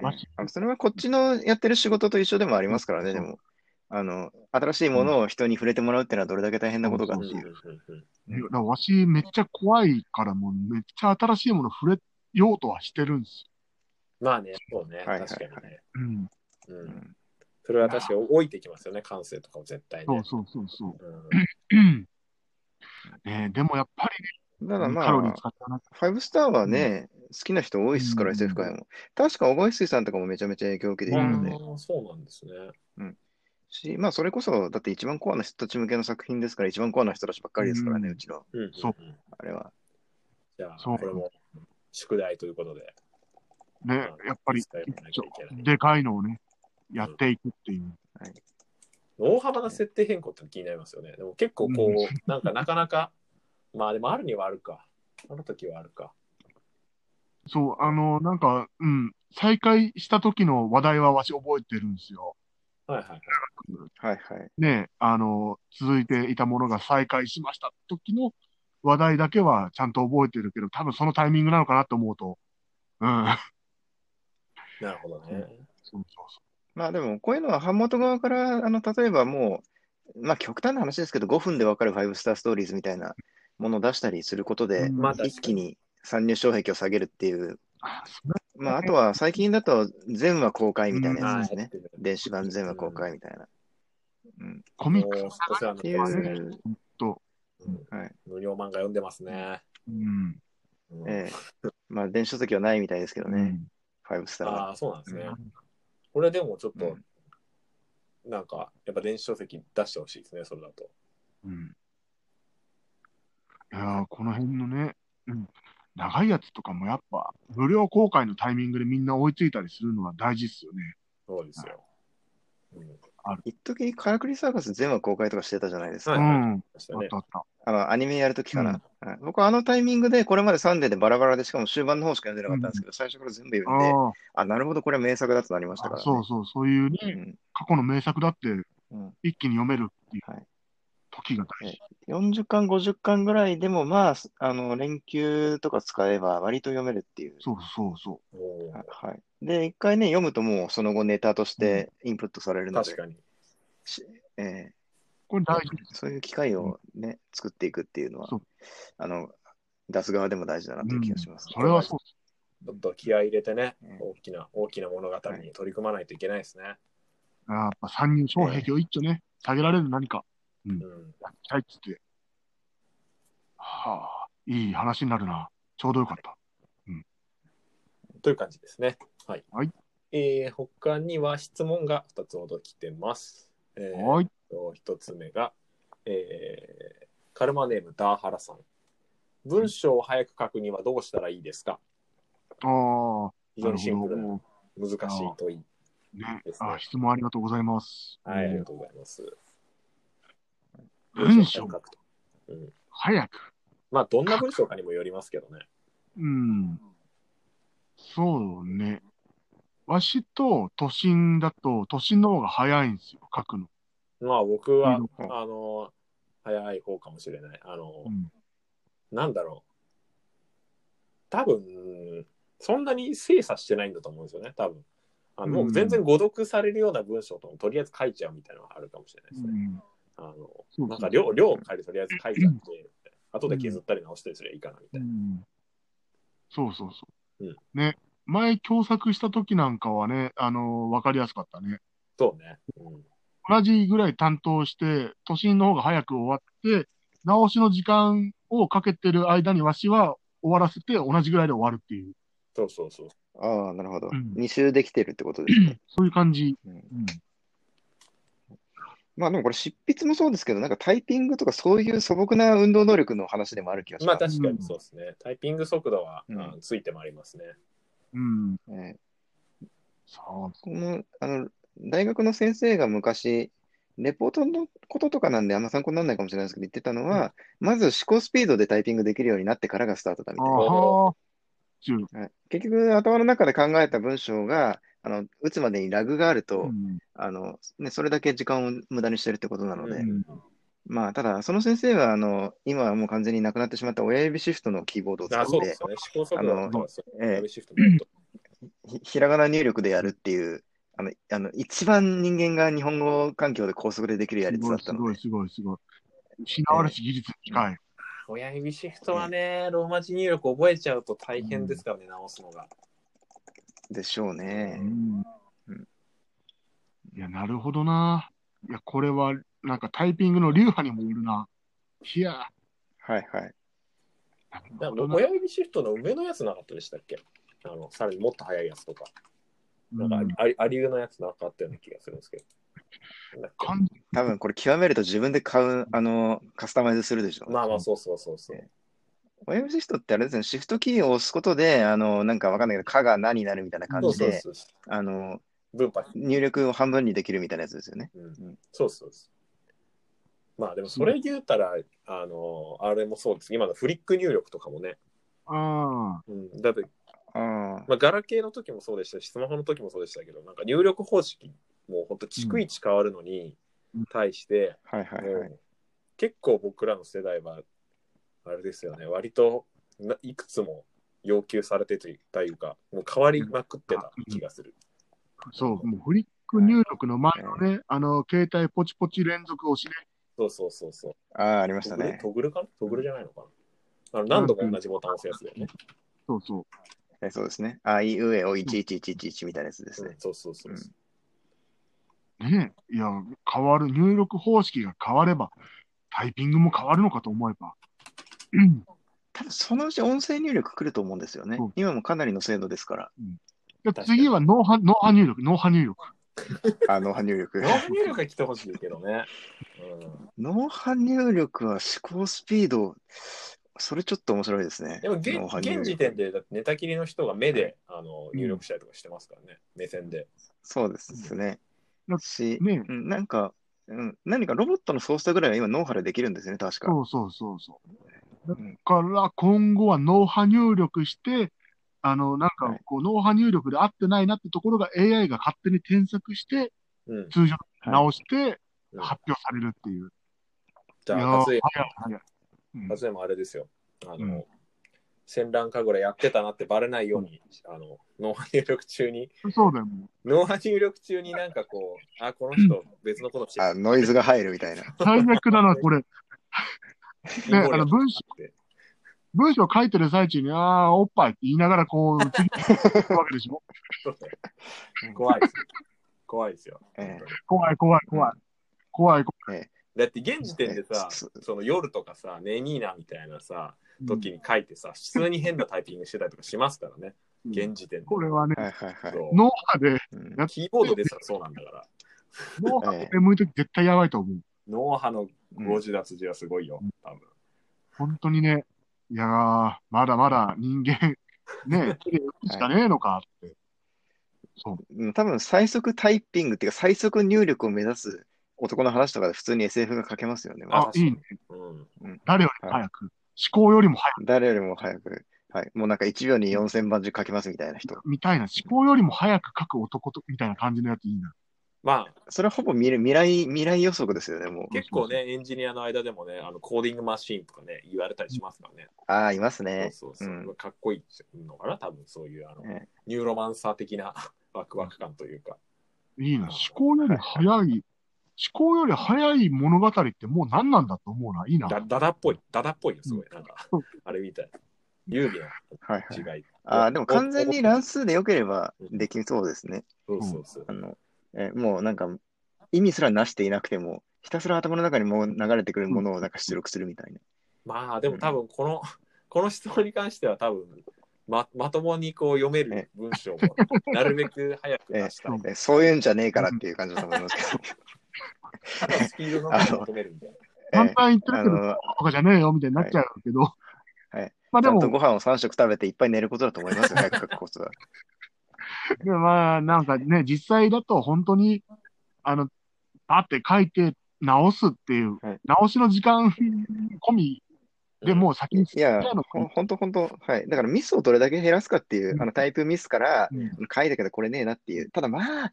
Speaker 3: マジ
Speaker 4: あのそれはこっちのやってる仕事と一緒でもありますからね、でも。あの、新しいものを人に触れてもらうってのはどれだけ大変なことかっていう。
Speaker 3: いやだからわし、めっちゃ怖いから、もうめっちゃ新しいもの触れようとはしてるんです
Speaker 2: まあね、そうね、
Speaker 4: はいはいはい
Speaker 2: 確かにね。
Speaker 3: よ。うん。
Speaker 2: う、
Speaker 4: うんん
Speaker 2: それは確かに置いてきますよね、感性とかを絶対
Speaker 3: そう
Speaker 2: ね。
Speaker 3: そうそうそう。
Speaker 2: うん
Speaker 3: ねえでもやっぱり
Speaker 4: ただ
Speaker 3: ね、
Speaker 4: ま
Speaker 3: カロリー
Speaker 4: あ、
Speaker 3: 使ったな。
Speaker 4: ファイブスターはね、好きな人多いですから、
Speaker 3: うん
Speaker 4: SF 界も。確か、小林水さんとかもめちゃめちゃ影響を受けているので。
Speaker 2: ああ、そうなんですね。
Speaker 4: し、まあ、それこそ、だって一番コアな人たち向けの作品ですから、一番コアな人たちばっかりですからね、
Speaker 3: うん
Speaker 4: うちの、
Speaker 2: うん、
Speaker 3: そうん
Speaker 2: ん
Speaker 4: あれは。
Speaker 2: じゃあ、
Speaker 3: そう
Speaker 2: これも宿題ということで。
Speaker 3: ね、やっぱり、
Speaker 2: 使えない
Speaker 3: ち
Speaker 2: と
Speaker 3: ょ
Speaker 2: いけない
Speaker 3: でかいのをね、やっていくっていう。
Speaker 2: 大幅な設定変更って気になりますよね。でも結構こう、
Speaker 3: う
Speaker 2: なんかなかなか、まあでもあるにはあるか。ある時はあるか。
Speaker 3: そう、あの、なんか、うん、再開した時の話題はわし覚えてるんですよ。
Speaker 2: はいはい。
Speaker 4: はいはい。
Speaker 3: ねえ、あの、続いていたものが再開しました時の話題だけはちゃんと覚えてるけど、多分そのタイミングなのかなと思うと、 うん。
Speaker 2: なるほどね。
Speaker 3: そうそう
Speaker 4: まあ、でも、こういうのは版元側から、あの、例えばもう、まあ、極端な話ですけど、5分でわかるファイブスターストーリーズみたいなものを出したりすることで、
Speaker 3: うん
Speaker 2: まあ確かに
Speaker 4: 一気に参入障壁を下げるっていう、
Speaker 3: そう。
Speaker 4: まあ、あとは最近だと全話公開みたいな
Speaker 2: は
Speaker 4: やつで
Speaker 2: い
Speaker 4: すね。電子版全話公開みたいな。うん。
Speaker 2: も
Speaker 3: コミ
Speaker 2: う
Speaker 3: ックス
Speaker 2: お世話
Speaker 4: っ
Speaker 2: に
Speaker 4: てい
Speaker 2: なってますね。
Speaker 4: う、
Speaker 2: うん
Speaker 4: はい
Speaker 2: 無料漫画読んでますね。
Speaker 3: うん。
Speaker 2: うん
Speaker 4: ええ。まあ、電子書籍はないみたいですけど
Speaker 3: う
Speaker 4: ね、
Speaker 3: ん
Speaker 4: ファイブスターは。
Speaker 2: ああ、そうなんですね。
Speaker 3: うん
Speaker 2: これでもちょっと
Speaker 4: う、
Speaker 2: なんか、やっぱ電子書籍出してほしいですね、それだと。
Speaker 3: うんいやーこの辺のね、うん、長いやつとかもやっぱ、無料公開のタイミングでみんな追いついたりするのは大事っすよね。
Speaker 2: そうですよ。うん。
Speaker 4: 一時カラクリサーカス全話公開とかしてたじゃないですか。
Speaker 2: はい
Speaker 3: うん、
Speaker 2: ました
Speaker 3: あっ
Speaker 2: ね
Speaker 3: た。あった。
Speaker 4: あの、アニメやるときかな。はい僕はあのタイミングで、これまでサンデーでバラバラで、しかも終盤の方しか読んでなかったんですけど、最初から全部読んで、
Speaker 3: あ
Speaker 4: あ、なるほど、これは名作だとなりました
Speaker 3: ー
Speaker 4: か
Speaker 3: あ、
Speaker 4: ら
Speaker 3: そう
Speaker 4: ね。
Speaker 3: そう、そういうね、
Speaker 4: うん
Speaker 3: 過去の名作だって
Speaker 4: うん
Speaker 3: 一気に読めるってい
Speaker 4: はいう
Speaker 3: 時が大事。
Speaker 4: 40巻、50巻ぐらいでも、まあ、あの、連休とか使えば割と読めるっていう。
Speaker 3: そうそうそ
Speaker 2: おー
Speaker 4: はい。で、一回ね、読むともうその後ネタとしてインプットされるので
Speaker 2: 確、かに。
Speaker 4: しえ
Speaker 3: う。これ大事で
Speaker 4: ーそういう機会をね、作っていくっていうのは
Speaker 3: そう、
Speaker 4: あの、出す側でも大事だなという気がします
Speaker 3: す。。それはそうです。
Speaker 2: ちょっと気合い入れてね
Speaker 4: うん、
Speaker 2: 大きな、大きな物語に取り組まないといけないですね。
Speaker 3: やっぱ参入障壁を一丁ね、下げられる何か
Speaker 2: うん。
Speaker 3: やりたいっつって。はあ、いい話になるな。ちょうどよかった。
Speaker 2: という感じですね。はい。
Speaker 3: はい
Speaker 2: えー他には質問が2つほど来てます。えー
Speaker 3: はい。
Speaker 2: と一つ目が、えーカルマネームダーハラさん。文章を早く書くにはどうしたらいいですか
Speaker 3: ああ、
Speaker 2: 非
Speaker 3: な
Speaker 2: 常
Speaker 3: る
Speaker 2: にシンプルな
Speaker 3: ほ
Speaker 2: 難しい問い。
Speaker 3: ど。ね
Speaker 2: ですね
Speaker 3: あ、質問ありがとうございます。
Speaker 2: はい、ありがとうございます。
Speaker 3: 文章
Speaker 2: を早く書くと。うん、
Speaker 3: 早く。
Speaker 2: まあ、どんな文章かにもよりますけどね。
Speaker 3: うん。そうね。わしと都心だと、都心の方が早いんですよ、書くの。
Speaker 2: まあ、僕は、
Speaker 3: うん
Speaker 2: あの、早い方かもしれない。あの、
Speaker 3: うん
Speaker 2: なんだろう。多分、そんなに精査してないんだと思うんですよね、多分。あのも
Speaker 3: う
Speaker 2: うん全然誤読されるような文章ともとりあえず書いちゃうみたいなのがあるかもしれないですね。あ
Speaker 3: う
Speaker 2: の
Speaker 3: ん
Speaker 2: なんか量、量を変えてとりあえず書いちゃって、後で削ったり直したりすればいいかなみたいな。
Speaker 3: そうそうそう。
Speaker 2: うん
Speaker 3: ね。前、共作した時なんかはね、あの、わかりやすかったね。
Speaker 2: そうね。うん
Speaker 3: 同じぐらい担当して、都心の方が早く終わって、直しの時間をかけてる間にわしは終わらせて同じぐらいで終わるっていう、
Speaker 2: そうそうそう。
Speaker 4: ああ、なるほど。
Speaker 3: うん
Speaker 4: 2周できてるってことですね。
Speaker 3: そういう感じ。
Speaker 4: うん
Speaker 3: うん
Speaker 4: まあでもこれ執筆もそうですけど、なんかタイピングとかそういう素朴な運動能力の話でもある気がし
Speaker 2: まあ
Speaker 4: ます。
Speaker 2: 確かにそうですね。タイピング速度は、
Speaker 4: うん
Speaker 2: あついてまいりますね。
Speaker 3: うん。
Speaker 4: ね
Speaker 3: そう。
Speaker 4: この、あの、大学の先生が昔、レポートのこととかなんであんま参考にならないかもしれないですけど、言ってたのは、まず思考スピードでタイピングできるようになってからがスタートだみ
Speaker 3: あ
Speaker 4: たいな。
Speaker 3: はー。ちゅう
Speaker 4: はい結局、頭の中で考えた文章が、あの、打つまでにラグがあると、
Speaker 3: うん
Speaker 4: あの、ね、それだけ時間を無駄にしてるってことなので、
Speaker 2: うん
Speaker 4: まあ、ただ、その先生は、あの、今はもう完全になくなってしまった親指シフトのキーボードを使
Speaker 2: あそう
Speaker 4: っ
Speaker 2: で
Speaker 4: て
Speaker 2: す、よね。思考速度とか、そう
Speaker 4: あのええ
Speaker 2: ラビシフトのこと
Speaker 4: ひひらがな入力でやるっていう、あの、あの、一番人間が日本語環境で高速でできるやり
Speaker 3: すご
Speaker 4: 方だ
Speaker 3: い
Speaker 4: っ
Speaker 3: す
Speaker 4: たの
Speaker 3: ごい
Speaker 4: で、
Speaker 3: すごいすごい。失われし技術に近い。
Speaker 2: 親指シフトはね、ローマ字入力覚えちゃうと大変ですからね、直すのが。
Speaker 4: でしょうね
Speaker 3: う。ん
Speaker 4: うん
Speaker 3: いや、なるほどな。いや、これは、なんかタイピングの流派にもよるな。いや、
Speaker 4: はいはい。
Speaker 3: なる
Speaker 2: なん
Speaker 3: ほ
Speaker 2: か
Speaker 3: どな
Speaker 2: 親指シフトの上のやつなかったでしたっけあのさらにもっと速いやつとか、なんか
Speaker 3: うん
Speaker 2: ありアリウのやつなんかあったような気がするんですけど。なんだっけ
Speaker 3: 完全
Speaker 4: 多分これ極めると自分で買う、あの、カスタマイズするでしょうね。
Speaker 2: まあまあ、そうそうそうそう。
Speaker 4: 親指シフトってあれですね、シフトキーを押すことで、あの、なんかわかんないけど、かがなになるみたいな感
Speaker 2: そう
Speaker 4: じ
Speaker 2: そう
Speaker 4: で、
Speaker 2: そう。
Speaker 4: あの、
Speaker 2: 分派。
Speaker 4: 入力を半分にできるみたいなやつですよね。
Speaker 2: うん
Speaker 4: ん
Speaker 2: そうそうそう。まあでもそれ言うたら、あの、あれもそうです。今のフリック入力とかもね。
Speaker 3: あ
Speaker 2: うん、だって、
Speaker 4: ああ、
Speaker 2: まあ、ガラケーの時もそうでしたし、スマホの時もそうでしたけど、なんか入力方式、もう本当、逐一変わるのに
Speaker 3: うん
Speaker 2: 対して、
Speaker 4: はいはいはい。
Speaker 2: もう結構僕らの世代は、あれですよね、割とないくつも要求されてというというか、もう変わりまくってた気がする。
Speaker 3: ーそう、もうフリック入力の前のね、あの、携帯ポチポチ連続押しね。
Speaker 2: そうそうそうそう。
Speaker 4: ああ、ありましたね。
Speaker 2: トグルトグルかなトグルじゃないのかなあの何度も同じボタンを押すやつだよね。
Speaker 3: そうそう。
Speaker 4: えそうですね。あいうえお1111みたいなやつです
Speaker 2: うん
Speaker 4: ね。
Speaker 2: そうそうそうそう。
Speaker 3: ねえ、いや、変わる、入力方式が変われば、タイピングも変わるのかと思え ば。うん
Speaker 4: 多分そのうち音声入力来ると思うんですよね
Speaker 3: うん。
Speaker 4: 今もかなりの精度ですから。
Speaker 3: で
Speaker 2: かに
Speaker 3: 次は脳波、脳波入力、脳波入力。
Speaker 4: あ、脳波 入力
Speaker 2: ノ。ー入力が来てほしいけどね。うん
Speaker 4: 脳波入力は思考スピード。それちょっと面白いですね。
Speaker 2: でも現
Speaker 4: 脳波入力
Speaker 2: 現時点でだって寝たきりの人が目であの入力したりとかしてますからね、目線で。
Speaker 4: そうですね
Speaker 3: う。ん
Speaker 4: し、
Speaker 3: ねえ、
Speaker 4: うんなんか、うん、何かロボットの操作ぐらいは今脳波でできるんですよね、確か。
Speaker 3: そうそうそうそう。だ
Speaker 4: うん
Speaker 3: から、今後は脳波入力して、あの、なんか
Speaker 4: はい、
Speaker 3: こう、脳波入力で合ってないなってところが AI が勝手に添削して、
Speaker 2: うん、
Speaker 3: 通常に直して
Speaker 2: うん
Speaker 3: 発表されるっていう。
Speaker 2: じ
Speaker 3: いや
Speaker 2: ゃあ、
Speaker 3: ー
Speaker 2: 初江
Speaker 3: 早い早い。うん
Speaker 2: 初江もあれですよ。あの、
Speaker 3: うん
Speaker 2: 戦乱神楽やってたなってバレないように、あの、脳波入力中に、
Speaker 3: そうだよ、も
Speaker 2: 脳波入力中になんかこう、あ、この人別のことして
Speaker 4: あ、ノイズが入るみたいな。
Speaker 3: う。最悪だな、これ。
Speaker 2: る。
Speaker 3: ねあの文章
Speaker 2: って。
Speaker 3: 文章書いてる最中に、ああ、おっぱいって言いながら、こう、次に行くわけでしょ。
Speaker 2: 怖いですよ。怖いですよ。
Speaker 4: ええ
Speaker 3: 怖い、怖い、怖い。怖い、怖
Speaker 2: だって現時点でさ、
Speaker 4: え
Speaker 2: その夜とかさ、ねえにーなみたいなさ、
Speaker 3: い。
Speaker 2: 時に書いてさ、普通に変なタイピングしてたりとかしますからね、
Speaker 3: うん
Speaker 2: 現時点で。
Speaker 3: これはね、
Speaker 4: はいはいはい。
Speaker 2: そう
Speaker 3: 脳波 で、
Speaker 4: うん
Speaker 3: やっ
Speaker 2: キーボードですらそうなんだから。
Speaker 3: 脳波で向いて絶対やばいと思う。
Speaker 2: 脳波の誤字脱字はすごいよ、多分。
Speaker 3: 本当にね、いやー、まだまだ人間、 ね、綺麗にしかねえのかって。そう。
Speaker 4: うん多分最速タイピングっていうか最速入力を目指す男の話とかで普通に SF が書けますよね。
Speaker 3: あ、いいね。
Speaker 2: うん。
Speaker 3: 誰よりも早く。思考よりも早
Speaker 4: 誰よりも早く。はい。もうなんか1秒に4000番中書けますみたいな人。
Speaker 3: く、みたいな、思考よりも早く書く男と、みたいな感じのやついいな。
Speaker 2: まあ、
Speaker 4: それはほぼ未来未来未来予測ですよね、もう。
Speaker 2: 結構ね、エンジニアの間でもね、あのコーディングマシーンとかね、言われたりしますからね。
Speaker 4: ああ、いますね。
Speaker 2: そうそうそう
Speaker 4: うん
Speaker 2: かっこいいのかな、多分そういうあの、
Speaker 4: ね
Speaker 2: ニューロマンサー的な ワクワク感というか。
Speaker 3: いいな。思考より早い、思考より早い物語ってもう何なんだと思うな。いいな。
Speaker 2: だダダっぽい、ダダっぽいよ、すごい。なんか、あれみたい。優美
Speaker 4: はいはい。
Speaker 2: な違い。
Speaker 4: ああ、でも完全に乱数で良ければできそうですね。
Speaker 2: そうそうそう。
Speaker 4: あの、え、もうなんか、意味すらなしていなくても、ひたすら頭の中にもう流れてくるものをなんか出力するみたいな。
Speaker 2: まあ、でも多分この、この質問に関しては多分、ま、まともにこう読める文章を なるべく早く出したい。
Speaker 4: えそういうんじゃねえからっていう感じだと思いますけど。
Speaker 2: ただスピードの方を求めるみたいな。
Speaker 3: 簡
Speaker 4: え
Speaker 3: 単言って
Speaker 4: あ
Speaker 3: るけど、
Speaker 4: の、
Speaker 3: とかじゃねえよみたいになっちゃうけど。
Speaker 4: いはい
Speaker 3: まあ
Speaker 4: ち
Speaker 3: で
Speaker 4: ゃん
Speaker 3: も、
Speaker 4: とご飯を3食食べていっぱい寝ることだと思いますよ、早く書くことは。
Speaker 3: でまあ、なんかね、実際だと本当に、あの、パって書いて直すっていう、
Speaker 4: はい
Speaker 3: 直しの時間込みでもう先に
Speaker 4: い
Speaker 3: 進
Speaker 4: や、
Speaker 3: んじゃうのか
Speaker 4: ほんほんとほんと、はい。だからミスをどれだけ減らすかっていうう、
Speaker 3: ん
Speaker 4: あのタイプミスから、
Speaker 3: うん
Speaker 4: 書いたけどこれねえなっていう。ただまあ、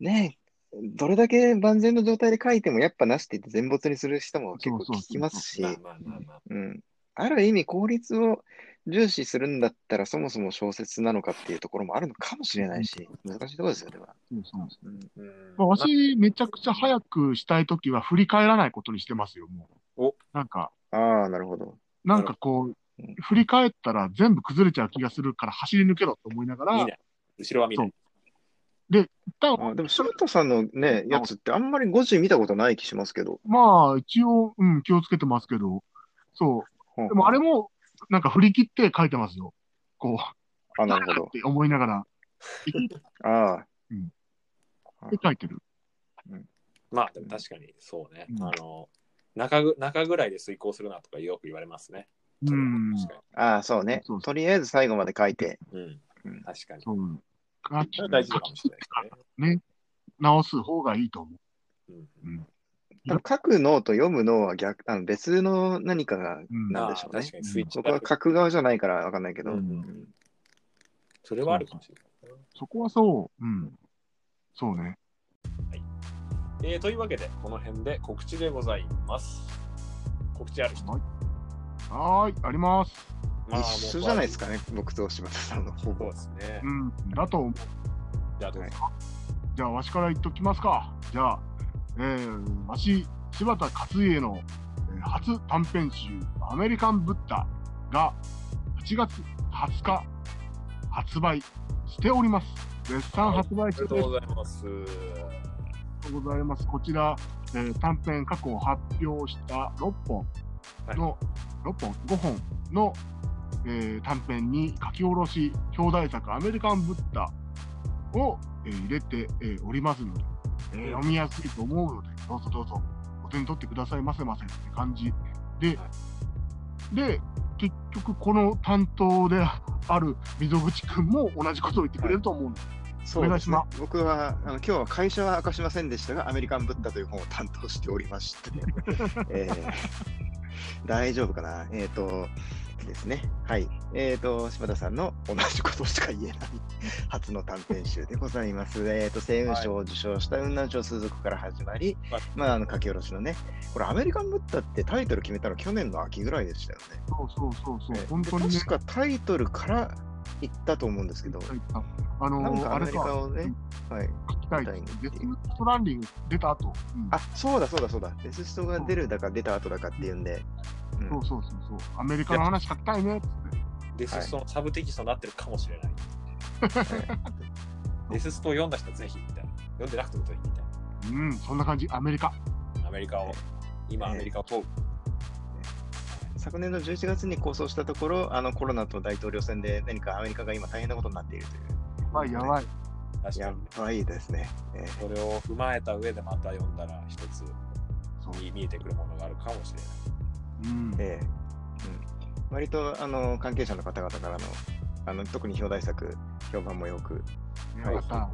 Speaker 4: ねえ、どれだけ万全の状態で書いてもやっぱなしって言って全没にする人も結構聞きますし、
Speaker 2: まあまあまあまあ。
Speaker 4: うん。ある意味効率を重視するんだったらそもそも小説なのかっていうところもあるのかもしれないし、難しいところですよ、では。
Speaker 3: そうそう
Speaker 4: うん。
Speaker 2: うん
Speaker 3: まあ、わし、めちゃくちゃ早くしたいときは振り返らないことにしてますよ、もう。
Speaker 2: お
Speaker 3: なんか、
Speaker 4: ああ、なるほど。
Speaker 3: なんかこう
Speaker 4: うん、
Speaker 3: 振り返ったら全部崩れちゃう気がするから走り抜けろと思いなが
Speaker 2: 見
Speaker 3: ら
Speaker 2: な、い。後ろは見ない。
Speaker 4: あでも、ショルトさんのね、やつってあんまり5時見たことない気しますけど。
Speaker 3: まあ、一応、うん、気をつけてますけど、そう。でもあれも、なんか振り切って書いてますよ。こう、
Speaker 4: あ、な
Speaker 3: 誰
Speaker 4: る
Speaker 3: だ
Speaker 4: ほ
Speaker 3: っ
Speaker 4: ど。
Speaker 3: て思いながら
Speaker 4: ああ。
Speaker 3: うん
Speaker 4: あ
Speaker 3: 書いてる。
Speaker 2: まあ、でも確かにそうね。
Speaker 3: うん
Speaker 2: あの中ぐ、中ぐらいで遂行するなとかよく言われますね。
Speaker 3: うん。
Speaker 2: 確か
Speaker 4: ああ、そうね
Speaker 3: そうそう。
Speaker 4: とりあえず最後まで書いて。
Speaker 2: に。うん
Speaker 4: うん
Speaker 2: 確かに。
Speaker 3: そう。書き
Speaker 2: それは大事かもしれないで
Speaker 3: 直す方がいいと思う。
Speaker 2: すね。うん
Speaker 4: 多分書く脳と読む脳は逆、あの別の何かが
Speaker 3: うん
Speaker 4: なんでしょう
Speaker 2: あー
Speaker 4: ね
Speaker 2: 確。かにスイッチ
Speaker 4: 僕は書く側じゃないからわかんないけど。
Speaker 2: うんうんうんそれはあるかもしれない。
Speaker 3: そこはそう。うん。そうね。
Speaker 2: えーというわけで、この辺で告知でございます。告知ある人。
Speaker 3: はーい、あります。
Speaker 2: まあ
Speaker 4: 一緒じゃないです
Speaker 2: か。
Speaker 4: かね、僕と柴田さんのほ
Speaker 2: そう
Speaker 4: ぼ
Speaker 2: で。すね
Speaker 3: う。ん。だと思う、
Speaker 2: じゃあどうぞ。
Speaker 3: じゃあ、わしから言っときますか。じゃあ、えー、わし、柴田勝家の、えー初短編集、アメリカンブッダが8月20日発売しております。絶賛発売
Speaker 2: あり
Speaker 3: 中
Speaker 2: がとう。
Speaker 3: です
Speaker 2: ございます。
Speaker 3: ありがとうございます。こちら、えー短編過去発表した6本の、6本、5本の、えー短編に書き下ろし、兄弟作アメリカンブッダを、えー入れて、えーおりますので、えー読みやすいと思うので、どうぞどうぞ、お手に取ってくださいませませって感じで、
Speaker 2: は
Speaker 3: で、結局この担当である溝口くんも同じことを言ってくれると思うんです。
Speaker 4: そうです
Speaker 3: お
Speaker 4: ね
Speaker 3: 願いし
Speaker 4: 僕はあの今日は会社は明かしませんでしたが、アメリカンブッダという本を担当しており まして、えー大丈夫かな、えっ、と、ですね、はい、えっ、と、柴田さんの同じことしか言えない初の短編集でござい ます。えっ、と、星雲賞を受賞した雲南賞鈴鹿から始まり、
Speaker 2: はい
Speaker 4: まあ、あの書き下ろしのね、これ、アメリカンブッダってタイトル決めたの去年の秋ぐらいでしたよね。
Speaker 3: そうそうそうそう、
Speaker 4: えー
Speaker 3: 本当にね
Speaker 4: で。確かタイトルから言ったと思うんですけど、
Speaker 3: あの
Speaker 4: なん
Speaker 3: ー、
Speaker 4: か
Speaker 3: あ
Speaker 4: アメ
Speaker 3: れ
Speaker 4: リカ
Speaker 3: か、
Speaker 4: をね、はい。
Speaker 3: 書きたいです。デスストランディング出た後、うん
Speaker 4: あ、そうだそうだそうだ。デスストが出るだか出た後だかっていうんで。うん
Speaker 3: そうそうそうそう、アメリカの話書きたいねっつって。
Speaker 2: デスストのサブテキストになってるかもしれない。デスストを読んだ人ぜひみたいな。読んでなくてもぜひみたい
Speaker 3: うん、そんな感じ、アメリカ。
Speaker 2: な。アメリカを、今
Speaker 4: ええ
Speaker 2: アメリカを問う。
Speaker 4: 昨年の11月に構想したところ、あのコロナと大統領選で何かアメリカが今大変なことになっているという。
Speaker 3: やばい、やばい。
Speaker 2: 確か
Speaker 4: や
Speaker 2: にね。
Speaker 4: ばいですね。え
Speaker 2: それを踏まえた上でまた読んだら一つ
Speaker 3: そう
Speaker 2: に見えてくるものがあるかもしれない。
Speaker 3: うん
Speaker 4: え、ええうん、割とあの関係者の方々からのあの特に表題作、評判もよく、
Speaker 3: よかった。
Speaker 4: うん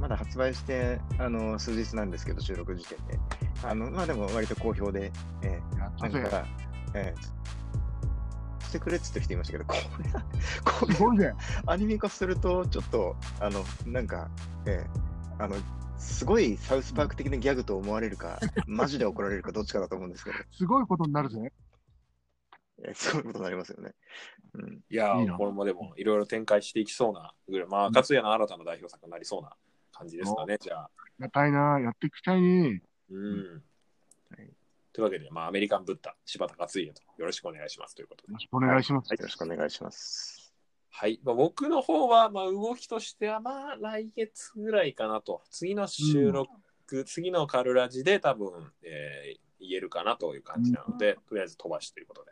Speaker 4: まだ発売してあの数日なんですけど、収録時点で。あのまあ、でも割と好評で、ええ
Speaker 3: やった
Speaker 4: なん
Speaker 3: ぜ。
Speaker 4: か、ええ、してくれっつってる人いましたけど、これ、こ
Speaker 3: すごい
Speaker 4: れ、
Speaker 3: ぜ。
Speaker 4: アニメ化すると、ちょっと、あの、なんか、ええ、あの、すごいサウスパーク的なギャグと思われ るか、マジで怒られるか、どっちかだと思うんですけど
Speaker 3: すごいことになるぜ。
Speaker 4: いや、そういうことになりますよね。うん、
Speaker 2: いや
Speaker 3: いい
Speaker 2: ー、
Speaker 3: な
Speaker 2: これもでもいろいろ展開していきそうなぐらい、まあ、勝也の新たな代表作になりそうな感じですかね、じゃあ。
Speaker 3: やったいな、やっていきたいね。
Speaker 2: うん。
Speaker 4: はい
Speaker 2: というわけで、まあ、アメリカンブッダ、柴田勝家とよろしくお願いしますということで
Speaker 3: よ。ろしくお願いします。
Speaker 4: よろしくお願いします。
Speaker 2: はい、まあ、僕の方は、まあ、動きとしては、まあ、来月ぐらいかなと、次の収録、次のカルラジで多分、えー言えるかなという感じなので、とりあえず飛ばしということ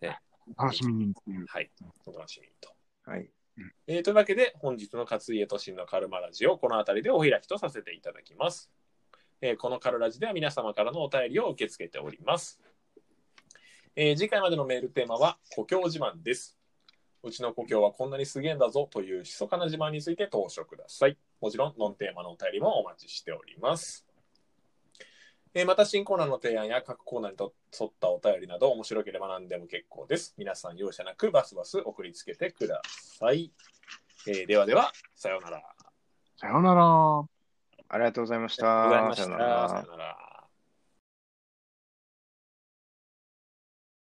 Speaker 2: で、
Speaker 3: 楽しみにっていう。
Speaker 2: はい、お楽しみにと。
Speaker 4: はい。
Speaker 2: えーというわけで、本日の勝家都心のカルマラジオ、この辺りでお開きとさせていただきます。えーこのカルラジでは皆様からのお便りを受け付けております。えー次回までのメールテーマは、故郷自慢です。うちの故郷はこんなにすげえんだぞという密かな自慢について投書ください。もちろん、ノンテーマのお便りもお待ちしております。えーまた、新コーナーの提案や各コーナーにと沿ったお便りなど、面白ければ何でも結構です。皆さん容赦なくバスバス送りつけてください。えーではでは、さようなら。
Speaker 3: さようなら。
Speaker 4: ありがとうございました。
Speaker 2: ありがとうございました。
Speaker 4: さよなら
Speaker 2: さようなら。